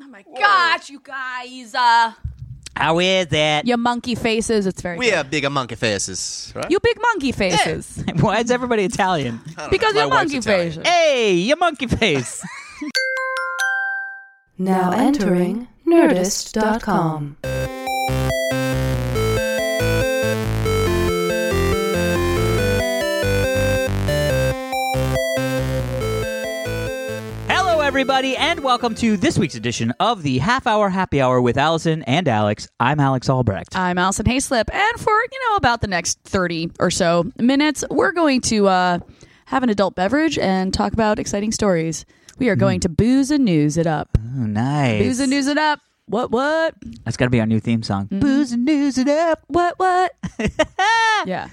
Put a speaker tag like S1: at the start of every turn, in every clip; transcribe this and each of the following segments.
S1: Oh my gosh, you guys. Uh,
S2: How is it?
S1: your monkey faces. It's very
S3: We have bigger monkey faces, right?
S1: good. You big monkey faces.
S2: Why is everybody Italian?
S1: Because
S3: My
S1: you're
S3: wife's
S1: monkey
S3: Italian.
S1: faces.
S2: Hey, you monkey face.
S4: Now entering Nerdist.com.
S2: Hello, everybody, and welcome to this week's edition of the Half Hour Happy Hour with Allison and Alex. I'm Alex Albrecht.
S1: I'm Allison Hayslip, and for you know about the next thirty or so minutes, we're going to uh, have an adult beverage and talk about exciting stories. We are going to booze and news it up.
S2: oh, Hmm. nice.
S1: Booze and news it Mm-hmm. up. What what
S2: That's got to be our new theme song. Booze and news it up.
S1: what what? yeah,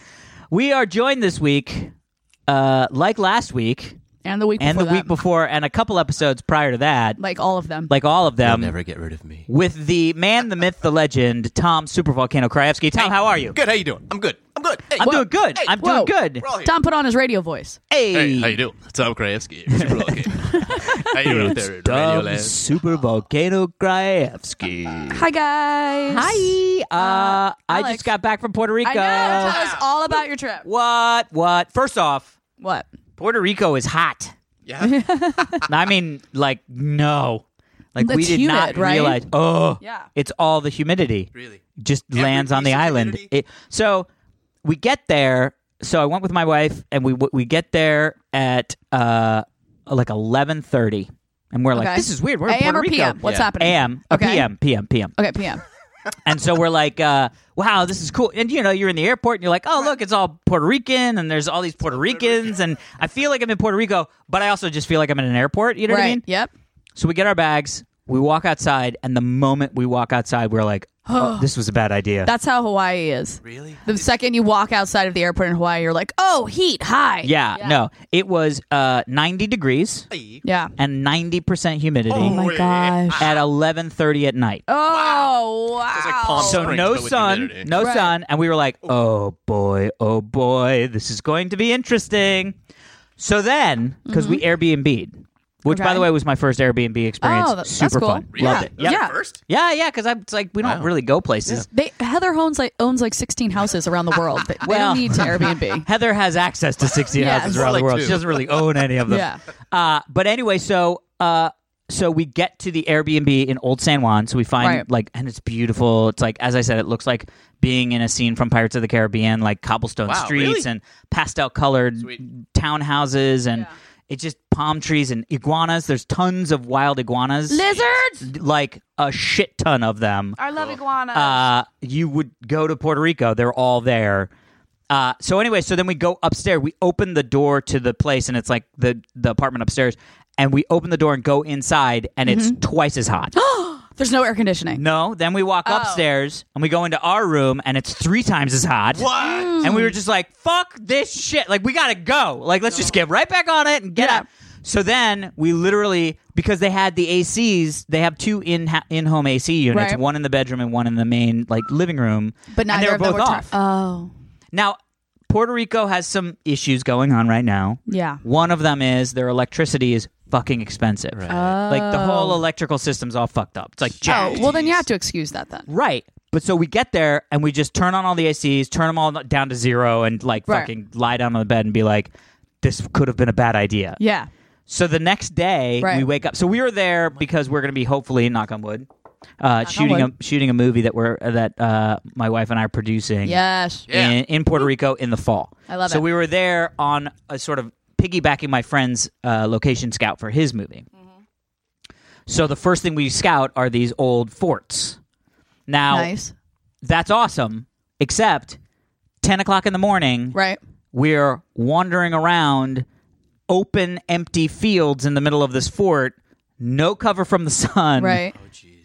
S2: We are joined this week, uh, like last week,
S1: and the week
S2: and the
S1: before
S2: week
S1: that.
S2: before, and a couple episodes prior to that,
S1: like all of them.
S2: like all of
S3: They'll
S1: Um,
S2: them,
S3: never get rid of me.
S2: with the man, the myth, the legend, Tom Supervolcano Krajewski. Tom, how are you?
S3: Good. How you doing? I'm good. I'm good. Hey,
S2: I'm doing good. I'm
S1: whoa.
S2: doing good.
S3: we're all here.
S1: Tom put on his radio voice.
S2: Hey,
S3: Hey, how you doing? Tom Krajewski. Super lucky. how you doing out there at Radio
S2: Tom
S3: Land?
S2: Supervolcano Krajewski.
S1: Hi guys.
S2: Hi. Uh, I
S1: Alex.
S2: just got back from Puerto Rico.
S1: I know. Tell us all about your trip.
S2: What? What? First off,
S1: What?
S2: Puerto Rico is hot.
S3: Yeah.
S2: I mean, like, no. Like, we
S1: It's
S2: did not
S1: humid, right?
S2: realize. Oh,
S1: Yeah.
S2: It's all the humidity.
S3: Really?
S2: Just
S3: Every
S2: lands on
S3: piece
S2: the
S3: of
S2: island.
S3: humidity?
S2: It, so we get there. So I went with my wife, and we we get there at uh like eleven thirty, and we're
S1: Okay.
S2: like, "This is weird." We're in
S1: AM
S2: Puerto
S1: or
S2: Rico.
S1: PM? What's
S3: Yeah.
S1: happening?
S2: AM, uh,
S1: Okay.
S2: PM, PM, PM.
S1: Okay, PM.
S2: And so we're like, uh, wow, this is cool. And you know, you're in the airport and you're like, oh, look, it's all Puerto Rican and there's all these Puerto Ricans. And I feel like I'm in Puerto Rico, but I also just feel like I'm in an airport. You know what I
S1: right.
S2: mean?
S1: Yep.
S2: So we get our bags, we walk outside. And the moment we walk outside, we're like, oh, this was a bad idea.
S1: That's how Hawaii is.
S3: Really?
S1: The second you walk outside of the airport in Hawaii, you're like, oh, heat, high.
S2: yeah, no, it was uh, 90 degrees
S3: Hey.
S1: Yeah.
S2: and 90% humidity
S3: Oh my gosh.
S2: at 11.30 at night.
S1: Oh, wow.
S3: It's like Palm
S2: so
S3: Springs,
S2: no
S3: but with
S2: sun,
S3: humidity.
S2: no
S1: Right.
S2: sun, and we were like, "Oh boy, oh boy, this is going to be interesting." So then, because we Airbnb'd, which by
S1: Okay.
S2: the way was my first Airbnb experience,
S1: Mm-hmm. Oh, that- that's
S2: super
S1: cool.
S2: fun,
S3: Really?
S2: loved it.
S3: That was
S1: Yeah.
S3: your first?
S2: Yeah, yeah, because I'm it's like we don't really go places.
S1: they, Heather owns like, owns like 16 houses around the world. They, they
S2: Well.
S1: don't need to Airbnb.
S2: Heather has access to 16
S1: Yes.
S2: houses
S3: More
S2: around the
S3: like
S2: world.
S3: two.
S2: She doesn't really own any of them.
S1: Yeah.
S2: Uh, but anyway, so uh, so we get to the Airbnb in Old San Juan. So we find
S1: Right.
S2: like, and it's beautiful. It's like, as I said, it looks like being in a scene from Pirates of the Caribbean, like cobblestone
S3: Wow,
S2: streets
S3: really?
S2: and pastel colored
S3: Sweet.
S2: townhouses and.
S1: Yeah.
S2: It's just palm trees and iguanas. There's tons of wild iguanas,
S1: Lizards!
S2: like a shit ton of them
S1: I love iguanas.
S2: uh, you would go to Puerto Rico. They're all there. Uh, so anyway, so then we go upstairs. We open the door to the place, and it's like the the apartment upstairs. And we open the door and go inside, and
S1: Mm-hmm.
S2: it's twice as hot.
S1: There's no air conditioning.
S2: no, then we
S1: Oh.
S2: walk upstairs and we go into our room, and it's three times as hot.
S1: Mm.
S3: What?
S2: And we
S1: Hmm.
S2: were just like, "Fuck this shit! Like we gotta go! Like let's just get right back on it and get
S1: Yeah.
S2: out." So then we literally because they had the ACs, they have two in in home AC units,
S1: Right.
S2: one in the bedroom and one in the main like living room.
S1: But
S2: and
S1: neither
S2: they were
S1: of them
S2: both
S1: were
S2: off.
S1: turned- Oh.
S2: now Puerto Rico has some issues going on right now.
S1: Yeah.
S2: One of them is their electricity is fucking expensive. Like the whole electrical system's all fucked up. It's like
S1: Oh,
S2: jacked.
S1: well, then you have to excuse that then.
S2: Right. But so we get there and we just turn on all the ACs, turn them all down to zero, and like
S1: Right.
S2: fucking lie down on the bed and be like, this could have been a bad idea.
S1: Yeah.
S2: So the next day
S1: Right.
S2: we wake up. So we were there because we're going to be hopefully knock on wood, uh, shooting
S1: wood.
S2: a shooting a movie that we're that uh, my wife and I are producing
S1: Yes.
S3: Yeah.
S2: in, in Puerto Rico in the fall.
S1: I love
S2: so
S1: it.
S2: we were there on a sort of piggybacking my friend's uh, location scout for his movie.
S1: Mm-hmm.
S2: So the first thing we scout are these old forts. Now
S1: Nice.
S2: that's awesome, except ten o'clock in the morning.
S1: Right.
S2: We're wandering around open, empty fields in the middle of this fort, no cover from the sun,
S1: Right.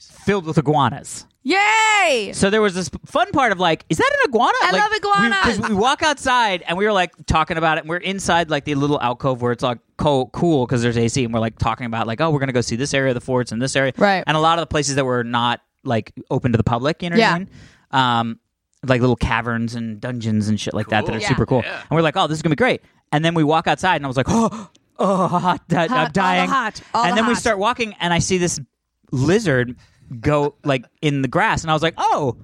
S2: filled with iguanas.
S1: Yay!
S2: So there was this fun part of like, is that an iguana?
S1: I
S2: Like,
S1: love iguanas.
S2: Because we, walk outside and we were like talking about it. And we're inside like the little alcove where it's like co- cool because there's AC, and we're like talking about like, oh, we're gonna go see this area of the forts and this area,
S1: Right.
S2: And a lot of the places that were not like open to the public, you know what
S1: Yeah.
S2: I mean? Um, like little caverns and dungeons and shit like that that are
S3: Cool.
S2: super cool.
S3: Yeah.
S2: And we're like, oh, this is gonna be great. And then we walk outside, and I was like, oh, oh, hot,
S1: all
S2: I'm
S1: the
S2: dying.
S1: hot, all
S2: and
S1: the
S2: then we
S1: hot.
S2: start walking, and I see this lizard go like in the grass, and I was like, oh,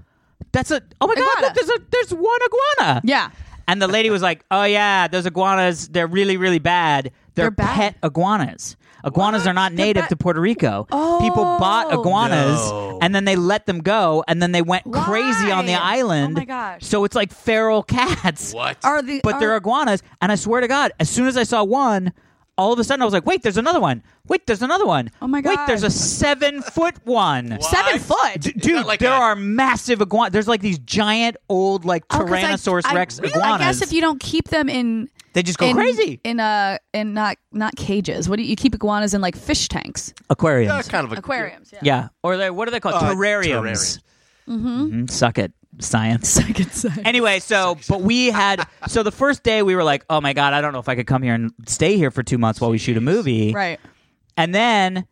S2: that's a oh my god,
S1: Iguana.
S2: look, there's a there's one iguana.
S1: Yeah.
S2: And the lady was like, "Oh yeah, those iguanas, they're really really bad. They're,
S1: They're bad.
S2: pet iguanas. Iguanas are not
S1: They're
S2: native
S1: ba-
S2: to Puerto Rico. People bought
S1: Oh.
S2: iguanas
S3: No.
S2: and then they let them go and then they went crazy on the
S1: Why?
S2: island.
S1: Oh, my gosh.
S2: So it's like feral cats.
S3: What?
S1: Are the
S2: But they're
S1: are,
S2: iguanas and I swear to god, as soon as I saw one, all of a sudden I was like, "Wait, there's another one. Wait, there's another one.
S1: Oh, my
S2: Wait,
S1: God.
S2: there's a 7 foot one."
S3: What?
S1: seven foot.
S2: D-
S3: Is
S2: Dude,
S3: that like
S2: there
S3: a-
S2: are massive iguanas. There's like these giant old like
S1: Oh, 'cause I-
S2: Tyrannosaurus
S1: I-
S2: Rex
S1: really?
S2: iguanas.
S1: I guess if you don't keep them in
S2: they just go
S1: in,
S2: crazy.
S1: in uh in not not cages. What do you, you keep iguanas in like fish tanks,
S3: Yeah,
S2: Aquariums.
S3: Uh, kind of a
S1: aquariums? Yeah.
S2: Yeah. Or they, what are they called?
S3: Uh,
S2: terrariums.
S3: terrariums.
S2: Mhm. Suck it, science.
S1: Second side.
S2: Anyway, so, but we had, so the first day we were like, oh my God, I don't know if I could come here and stay here for two months while we shoot a movie.
S1: Right.
S2: And then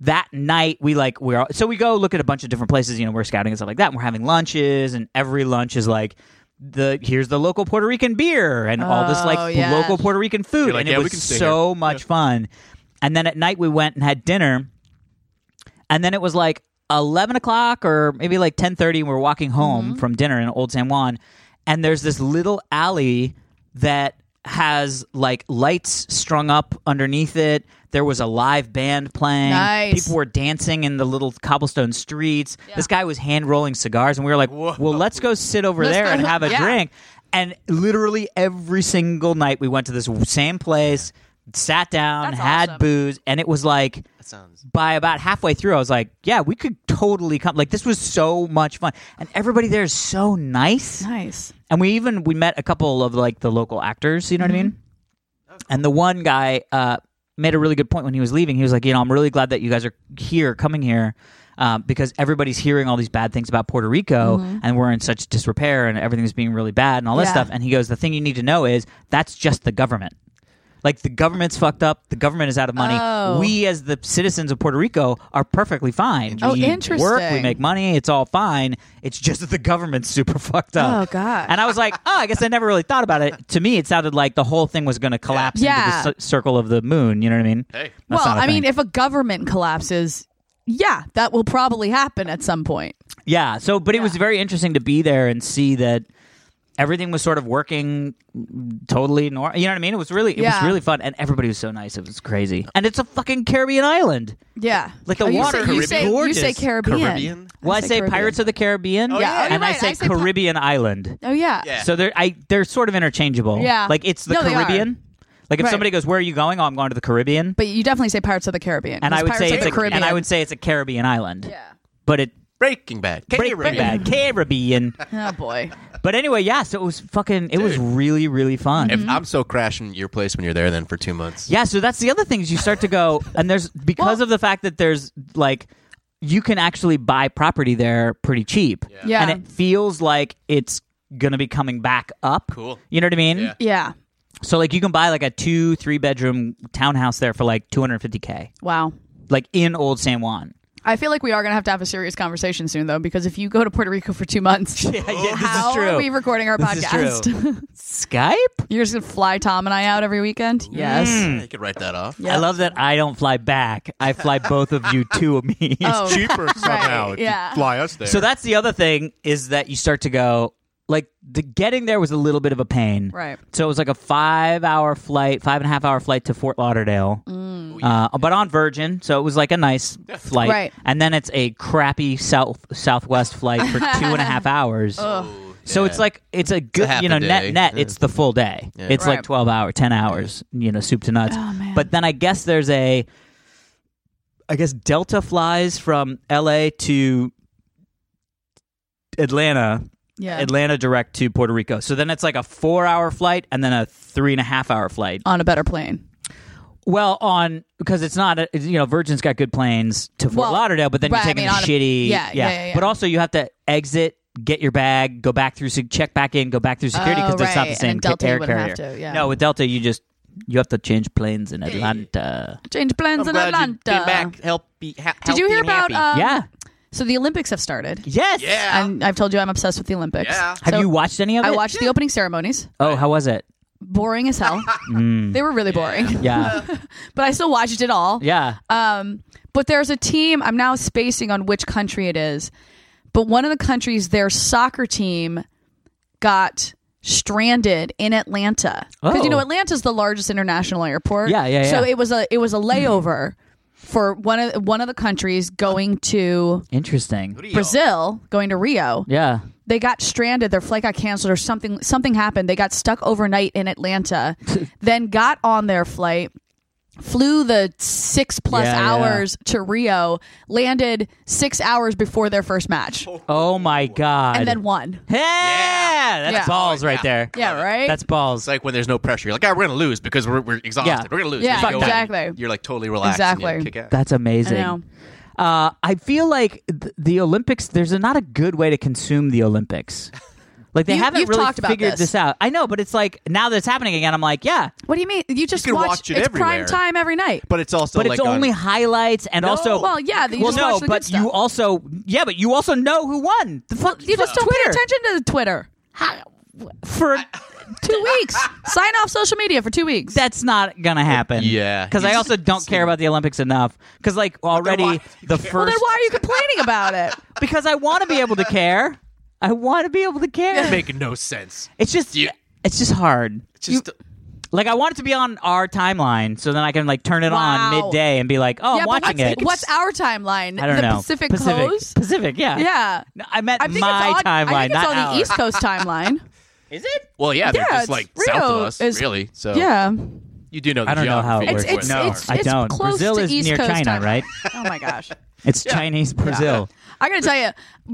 S2: that night we like we're so we go look at a bunch of different places. You know, we're scouting and stuff like that. And we're having lunches, and every lunch is like the here's the local Puerto Rican beer and all this
S1: Oh,
S2: like
S1: yeah.
S2: local Puerto Rican food,
S3: You're like,
S2: and
S3: "Yeah,
S2: it
S3: we
S2: was
S3: can stay
S2: so much fun. And then at night we went and had dinner, and then it was like eleven o'clock or maybe like ten thirty. We were walking home
S1: Mm-hmm.
S2: from dinner in Old San Juan, and there's this little alley that has like lights strung up underneath it. There was a live band playing.
S1: Nice.
S2: People were dancing in the little cobblestone streets. This guy was hand rolling cigars, and we were like,
S3: Whoa.
S2: "Well, let's go sit over
S1: Let's
S2: there
S1: go-
S2: and have a
S1: yeah.
S2: drink." And literally every single night, we went to this same place, sat down,
S1: That's
S2: had
S1: awesome.
S2: booze, and it was like
S3: That sounds.
S2: by about halfway through, I was like, "Yeah, we could totally come." Like this was so much fun, and everybody there is so nice.
S1: Nice.
S2: And we even we met a couple of like the local actors. You know what I mean?
S1: Mm-hmm.
S2: And the one guy uh, made a really good point when he was leaving. He was like, you know, I'm really glad that you guys are here, coming here, uh, because everybody's hearing all these bad things about Puerto Rico, and we're in such disrepair, and everything's being really bad, and all this
S1: Mm-hmm. Yeah.
S2: stuff. And he goes, the thing you need to know is that's just the government. Like the government's fucked up. The government is out of money.
S1: Oh.
S2: We, as the citizens of Puerto Rico, are perfectly fine.
S1: Oh,
S2: we Work, we
S1: interesting.
S2: make money. It's all fine. It's just that the government's super fucked up.
S1: Oh, gosh.
S2: And I was like, oh, I guess I never really thought about it. To me, it sounded like the whole thing was going to collapse
S1: Yeah.
S2: into the c- circle of the moon. You know what I mean?
S3: Hey.
S2: That's
S1: well,
S2: not a
S1: I mean,
S2: thing.
S1: if a government collapses, yeah, that will probably happen at some point.
S2: yeah. So, but it was very interesting to be there and see that everything was sort of working totally normal. You know what I mean? It was really, it was
S1: Yeah.
S2: really fun, and everybody was so nice. It was crazy, and it's a fucking Caribbean island.
S1: Yeah. Oh,
S2: Like the
S1: you
S2: water-
S1: Say, you, say, you
S2: Gorgeous.
S1: say Caribbean.
S3: Caribbean?
S2: Well, I, say,
S1: Caribbean.
S2: Pirates of the Caribbean,
S3: Oh, yeah.
S1: Yeah. Oh, you're
S2: and I
S1: right.
S2: say
S1: pi-
S2: Caribbean island.
S1: oh yeah.
S3: Yeah.
S2: So they're I they're sort of interchangeable.
S1: Yeah.
S2: Like it's the
S1: No, they are.
S2: Caribbean. Like if
S1: Right.
S2: somebody goes, "Where are you going?" Oh, I'm going to the Caribbean.
S1: But you definitely say Pirates of the Caribbean.
S2: and I would
S1: Pirates
S2: say
S1: of
S2: it's
S1: the
S2: a
S1: Caribbean.
S2: and I would say it's a Caribbean island.
S1: Yeah.
S2: But it
S3: Breaking Bad.
S2: Breaking Bad Caribbean.
S1: Oh boy.
S2: but anyway, yeah. So it was fucking. It was really really fun.
S1: Mm-hmm.
S3: If I'm so crashing your place when you're there, then for two months.
S2: yeah. So that's the other thing is you start to go and there's because
S1: Well-
S2: of the fact that there's like you can actually buy property there pretty cheap.
S1: Yeah.
S2: And it feels like it's gonna be coming back up.
S3: Cool.
S2: You know what I mean?
S3: Yeah.
S1: Yeah.
S2: So like you can buy like a two, three bedroom townhouse there for like 250k,
S1: Wow.
S2: like in Old San Juan.
S1: I feel like we are going to have to have a serious conversation soon, though, because if you go to Puerto Rico for two months,
S2: yeah,
S1: how are we recording our
S2: This is
S1: podcast?
S2: Skype.
S1: You're just going to fly Tom and I out every weekend?
S2: Mm.
S1: Yes.
S3: You could write that off.
S1: Yeah.
S2: I love that I don't fly back. I fly both of you to me.
S1: Oh,
S3: Cheaper
S1: somehow if you yeah.
S3: fly us there.
S2: So that's the other thing is that you start to go like the getting there was a little bit of a pain.
S1: Right.
S2: So it was like a five hour flight, five and a half hour flight to Fort Lauderdale, uh, but on Virgin. So it was like a nice flight.
S1: Mm. Right.
S2: And then it's a crappy South Southwest flight for two and a half hours. So it's like it's a good,
S3: half
S2: you
S3: a
S2: know,
S3: day.
S2: net net. It's the full day. It's like
S1: Right.
S2: twelve hour, ten hours, you know, soup to nuts.
S1: Oh, man.
S2: But then I guess there's a, I guess Delta flies from L.A. to Atlanta,
S1: yeah.
S2: Atlanta direct to Puerto Rico. So then it's like a four hour flight and then a three and a half hour flight.
S1: On a better plane.
S2: Well, on because it's not a, you know Virgin's got good planes to Fort
S1: Well,
S2: Lauderdale, but then
S1: right, I
S2: you're taking
S1: mean, on
S2: a
S1: a-
S2: shitty.
S1: yeah, yeah, yeah, yeah.
S2: But also you have to exit, get your bag, go back through, sec- check back in, go back through security because
S1: Oh,
S2: it's not the
S1: right,
S2: same
S1: and Delta
S2: ca-
S1: you
S2: air
S1: wouldn't
S2: carrier.
S1: have to, yeah.
S2: No, with Delta you just you have to change planes in Atlanta.
S1: Change plans in Atlanta.
S3: Help be, ha-
S1: Did you hear about. Um,
S2: yeah.
S1: So the Olympics have started.
S2: Yes.
S3: Yeah.
S1: And I've told you I'm obsessed with the Olympics.
S3: Yeah.
S2: Have
S1: So
S2: you watched any of it?
S1: I watched the opening ceremonies.
S2: Oh, how was it?
S1: Boring as hell. they were really boring,
S2: Mm. Yeah.
S1: but I still watched it all.
S2: yeah.
S1: Um, But there's a team, I'm now spacing on which country it is, but one of the countries, their soccer team got stranded in Atlanta. Because you know,
S2: Oh.
S1: Atlanta's the largest international airport.
S2: Yeah, yeah,
S1: So
S2: yeah. Hmm.
S1: it was a it was a layover for one of one of the countries going to
S2: Interesting.
S3: Rio.
S1: Brazil, going to Rio
S2: Yeah.
S1: they got stranded their flight got canceled or something something happened they got stuck overnight in atlanta then got on their flight flew the six plus
S2: Yeah, yeah.
S1: hours to rio landed six hours before their first match
S2: Oh my god.
S1: and then won
S2: yeah, that's
S1: Yeah.
S2: balls right
S3: Yeah.
S2: there.
S1: yeah right
S2: That's balls.
S3: It's like when there's no pressure. You're like, ah, we're gonna lose because we're, we're exhausted.
S2: Yeah.
S3: We're gonna lose.
S1: Yeah,
S3: You go in,
S1: exactly.
S3: You're like totally relaxed. and you
S1: Exactly.
S3: kick ass.
S2: That's amazing.
S1: I know.
S2: Uh, I feel like th- the Olympics. There's a, not a good way to consume the Olympics. Like they
S1: You-
S2: haven't
S1: you've
S2: really
S1: talked about
S2: figured
S1: this.
S2: this. out. I know, but it's like now that it's happening again, I'm like, yeah.
S1: what do you mean you just
S3: You can
S1: watch,
S3: watch it
S1: it's prime
S3: everywhere.
S1: time every night
S3: But it's also
S2: But
S3: like
S2: it's only
S3: on,
S2: highlights and also.
S1: well yeah you
S2: well,
S1: just
S2: no,
S1: watch the
S2: but
S1: good stuff.
S2: you also, yeah, but you also know who won. The fuck,
S1: you just don't pay
S2: Twitter
S1: attention to the twitter
S2: for.
S1: two weeks sign off social media for two weeks
S2: That's not gonna happen.
S3: Yeah.
S2: because I also don't care about the Olympics enough. Because like already
S3: why-
S1: well
S2: the first,
S1: then why are you complaining about it
S2: because I want to be able to care. I want to be able to care.
S3: making no sense.
S2: It's just
S3: Yeah.
S2: it's just hard.
S3: It's just
S2: Like I want it to be on our timeline so then I can like turn it
S1: Wow.
S2: on midday and be like, "Oh,
S1: yeah,
S2: I'm
S1: but
S2: watching
S1: what's,
S2: it."
S1: what's our timeline
S2: I don't
S1: the
S2: know.
S1: pacific,
S2: Pacific.
S1: coast
S2: Pacific, yeah.
S1: Yeah.
S2: No, I meant
S1: I think
S2: my
S1: it's on,
S2: timeline,
S1: I think it's
S2: not
S1: on
S2: our.
S1: the East Coast timeline.
S2: Is it?
S3: well, yeah, they're
S1: Yeah,
S3: just
S1: it's-
S3: like south
S1: Rio
S3: of us,
S1: is-
S3: really. So
S1: Yeah,
S3: you do know. The
S2: I don't know how it
S3: geography of
S2: works.
S3: where
S1: It's-
S3: they
S1: it's-
S3: are.
S2: I don't.
S1: close
S2: Brazil
S1: to
S2: is
S1: East
S2: near
S1: Coast
S2: China,
S1: time.
S2: right?
S1: Oh my gosh.
S2: It's Chinese Brazil.
S1: I gotta tell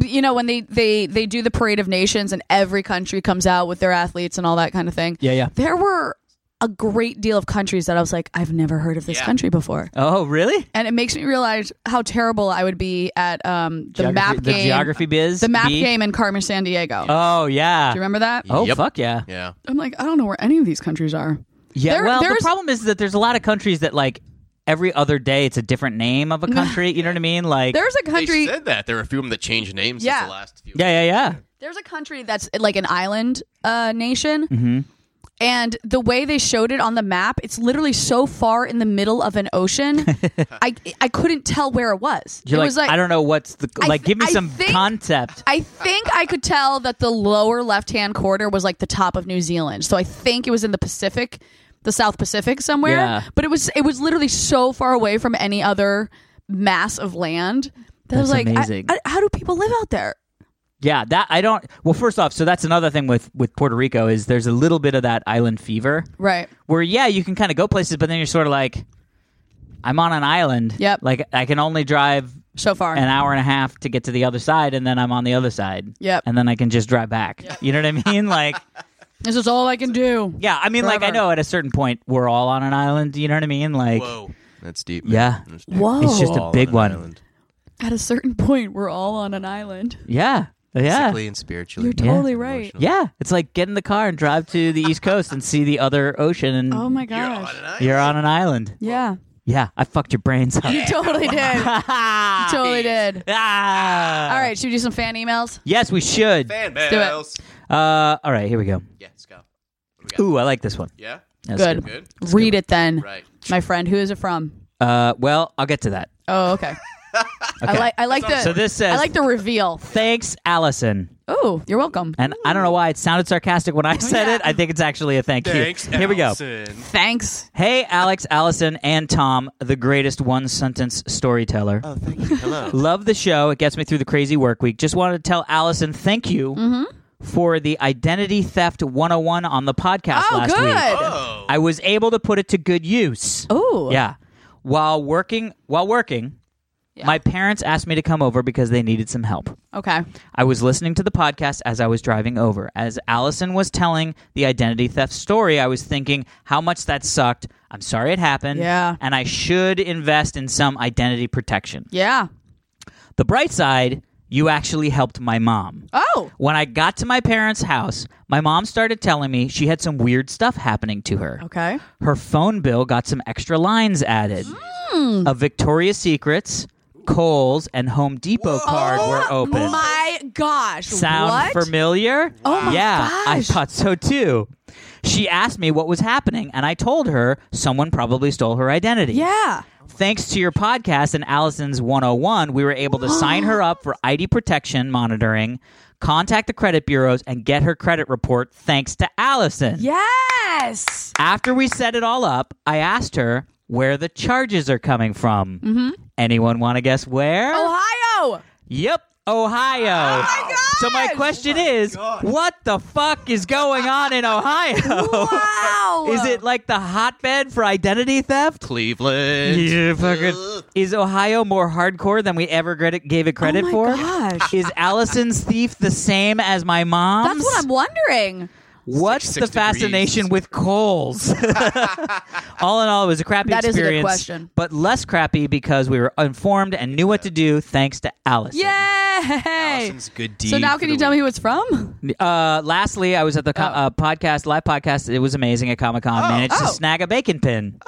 S1: you, you know when they they they do the parade of nations and every country comes out with their athletes and all that kind of thing.
S2: Yeah, yeah.
S1: There were a great deal of countries that I was like, I've never heard of this
S3: Yeah.
S1: country before,
S2: Oh, really?
S1: and it makes me realize how terrible I would be at um, the
S2: Geography-
S1: map
S2: the
S1: game,
S2: geography biz.
S1: the map
S2: B?
S1: game in Carmen San Diego.
S2: Oh, yeah.
S1: do you remember that?
S2: Oh,
S3: Yep.
S2: fuck yeah.
S3: Yeah.
S1: I'm like, I don't know where any of these countries are.
S2: Yeah.
S1: There-
S2: well, the
S1: there's-
S2: problem is that there's a lot of countries that like every other day it's a different name of a country, you know what I mean? Like
S1: There's a country.
S3: They said that there are a few of them that changed names
S1: Yeah.
S3: since the last few.
S2: Yeah, yeah, yeah.
S1: There's a country that's like an island uh, nation.
S2: Mm-hmm.
S1: And the way they showed it on the map, it's literally so far in the middle of an ocean. I I couldn't tell where it was.
S2: You're
S1: it
S2: like,
S1: was like
S2: I don't know what's the
S1: I
S2: like.
S1: th-
S2: give me
S1: I
S2: some
S1: think-
S2: concept.
S1: I think I could tell that the lower left-hand corner was like the top of New Zealand. So I think it was in the Pacific, the South Pacific somewhere.
S2: Yeah.
S1: But it was it was literally so far away from any other mass of land. That I was
S2: That's
S1: like, I-
S2: amazing.
S1: I- how do people live out there?
S2: Yeah, that I don't. Well, first off, so that's another thing with with Puerto Rico is there's a little bit of that island fever
S1: Right.
S2: where yeah you can kind of go places, but then you're sort of like, I'm on an island.
S1: Yep.
S2: Like I can only drive
S1: So far.
S2: an hour and a half to get to the other side, and then I'm on the other side.
S1: Yep.
S2: And then I can just drive back. You know what I mean? Like
S1: this is all I can do.
S2: yeah, I mean like I
S1: Forever.
S2: know at a certain point we're all on an island. You know what I mean? Like
S3: Whoa, that's deep.
S2: Yeah.
S3: That's deep.
S1: Whoa.
S2: It's just a
S3: All
S2: big
S3: on an
S2: one.
S3: island.
S1: At a certain point, we're all on an island.
S2: yeah, yeah.
S3: Physically and spiritually.
S1: You're totally right.
S3: Emotionally.
S2: Yeah, it's like get in the car and drive to the East Coast and see the other ocean, and
S1: Oh my
S3: You're
S1: gosh.
S3: on an island.
S2: you're on an island.
S1: yeah.
S2: Yeah, I fucked your brains up.
S1: You totally did. You totally did.
S2: ah!
S1: All right, should we do some fan emails?
S2: Yes, we should.
S3: Fan
S1: do it.
S3: mails.
S2: Uh, all right, here we go.
S3: Yeah, let's go.
S2: Ooh, I like this one.
S3: Yeah.
S2: That's
S1: Good.
S3: Good.
S1: Read it then,
S3: Right.
S1: my friend. Who is it from?
S2: Uh, well, I'll get to that.
S1: Oh, okay. I
S2: Okay.
S1: like I like the
S2: So this says-
S1: Uh, I like the reveal.
S2: Thanks, Allison.
S1: Oh, you're welcome.
S2: And I don't know why it sounded sarcastic when I said
S1: yeah.
S2: it. I think it's actually a thank you. Here we go.
S1: Thanks.
S2: Hey, Alex, Allison, and Tom, the greatest one sentence storyteller.
S3: Oh, thank you. Hello.
S2: Love the show. It gets me through the crazy work week. Just wanted to tell Allison thank you
S1: Mm-hmm.
S2: for the Identity Theft 101 on the podcast
S1: Oh,
S2: last week.
S1: good.
S3: oh.
S2: I was able to put it to good use.
S1: Oh,
S2: Yeah. While working, while working,
S1: Yeah.
S2: my parents asked me to come over because they needed some help.
S1: Okay.
S2: I was listening to the podcast as I was driving over. As Allison was telling the identity theft story, I was thinking how much that sucked. I'm sorry it happened.
S1: Yeah.
S2: And I should invest in some identity protection.
S1: Yeah.
S2: The bright side, you actually helped my mom.
S1: Oh.
S2: When I got to my parents' house, my mom started telling me she had some weird stuff happening to her.
S1: Okay.
S2: Her phone bill got some extra lines added.
S1: Hmm.
S2: A Victoria's Secrets, Kohl's, and Home Depot card were
S1: oh
S2: open.
S1: my gosh.
S2: Sound
S1: what?
S2: familiar?
S1: Oh my
S2: yeah, I
S1: gosh.
S2: thought so too. She asked me what was happening, and I told her someone probably stole her identity.
S1: Yeah.
S2: Thanks to your podcast and Allison's 101, we were able to sign her up for ID protection monitoring, contact the credit bureaus, and get her credit report thanks to Allison.
S1: Yes.
S2: After we set it all up, I asked her where the charges are coming from. Mm-hmm. Anyone want to guess where?
S1: Ohio.
S2: Yep, Ohio. So my
S1: Oh gosh!
S2: question is, what the fuck is going on in Ohio?
S1: Wow.
S2: Is it like the hotbed for identity theft?
S3: Cleveland.
S2: Yeah, fucking. Is Ohio more hardcore than we ever credit, gave it credit
S1: Oh my
S2: for?
S1: gosh.
S2: Is Allison's thief the same as my mom's?
S1: That's what I'm wondering.
S2: What's
S3: Six-
S2: the
S3: six degrees.
S2: fascination with coals? all in all, it was a crappy
S1: That is a good
S2: experience,
S1: question.
S2: but less crappy because we were informed and knew what to do thanks to Allison.
S1: Yay.
S3: Allison's good deed.
S1: So now
S3: for
S1: can
S3: the
S1: you tell me
S3: week.
S1: who it's from?
S2: Uh, lastly, I was at the co- uh, podcast, live podcast. It was amazing at Comic Con. Managed to
S1: Oh.
S2: snag a bacon pin.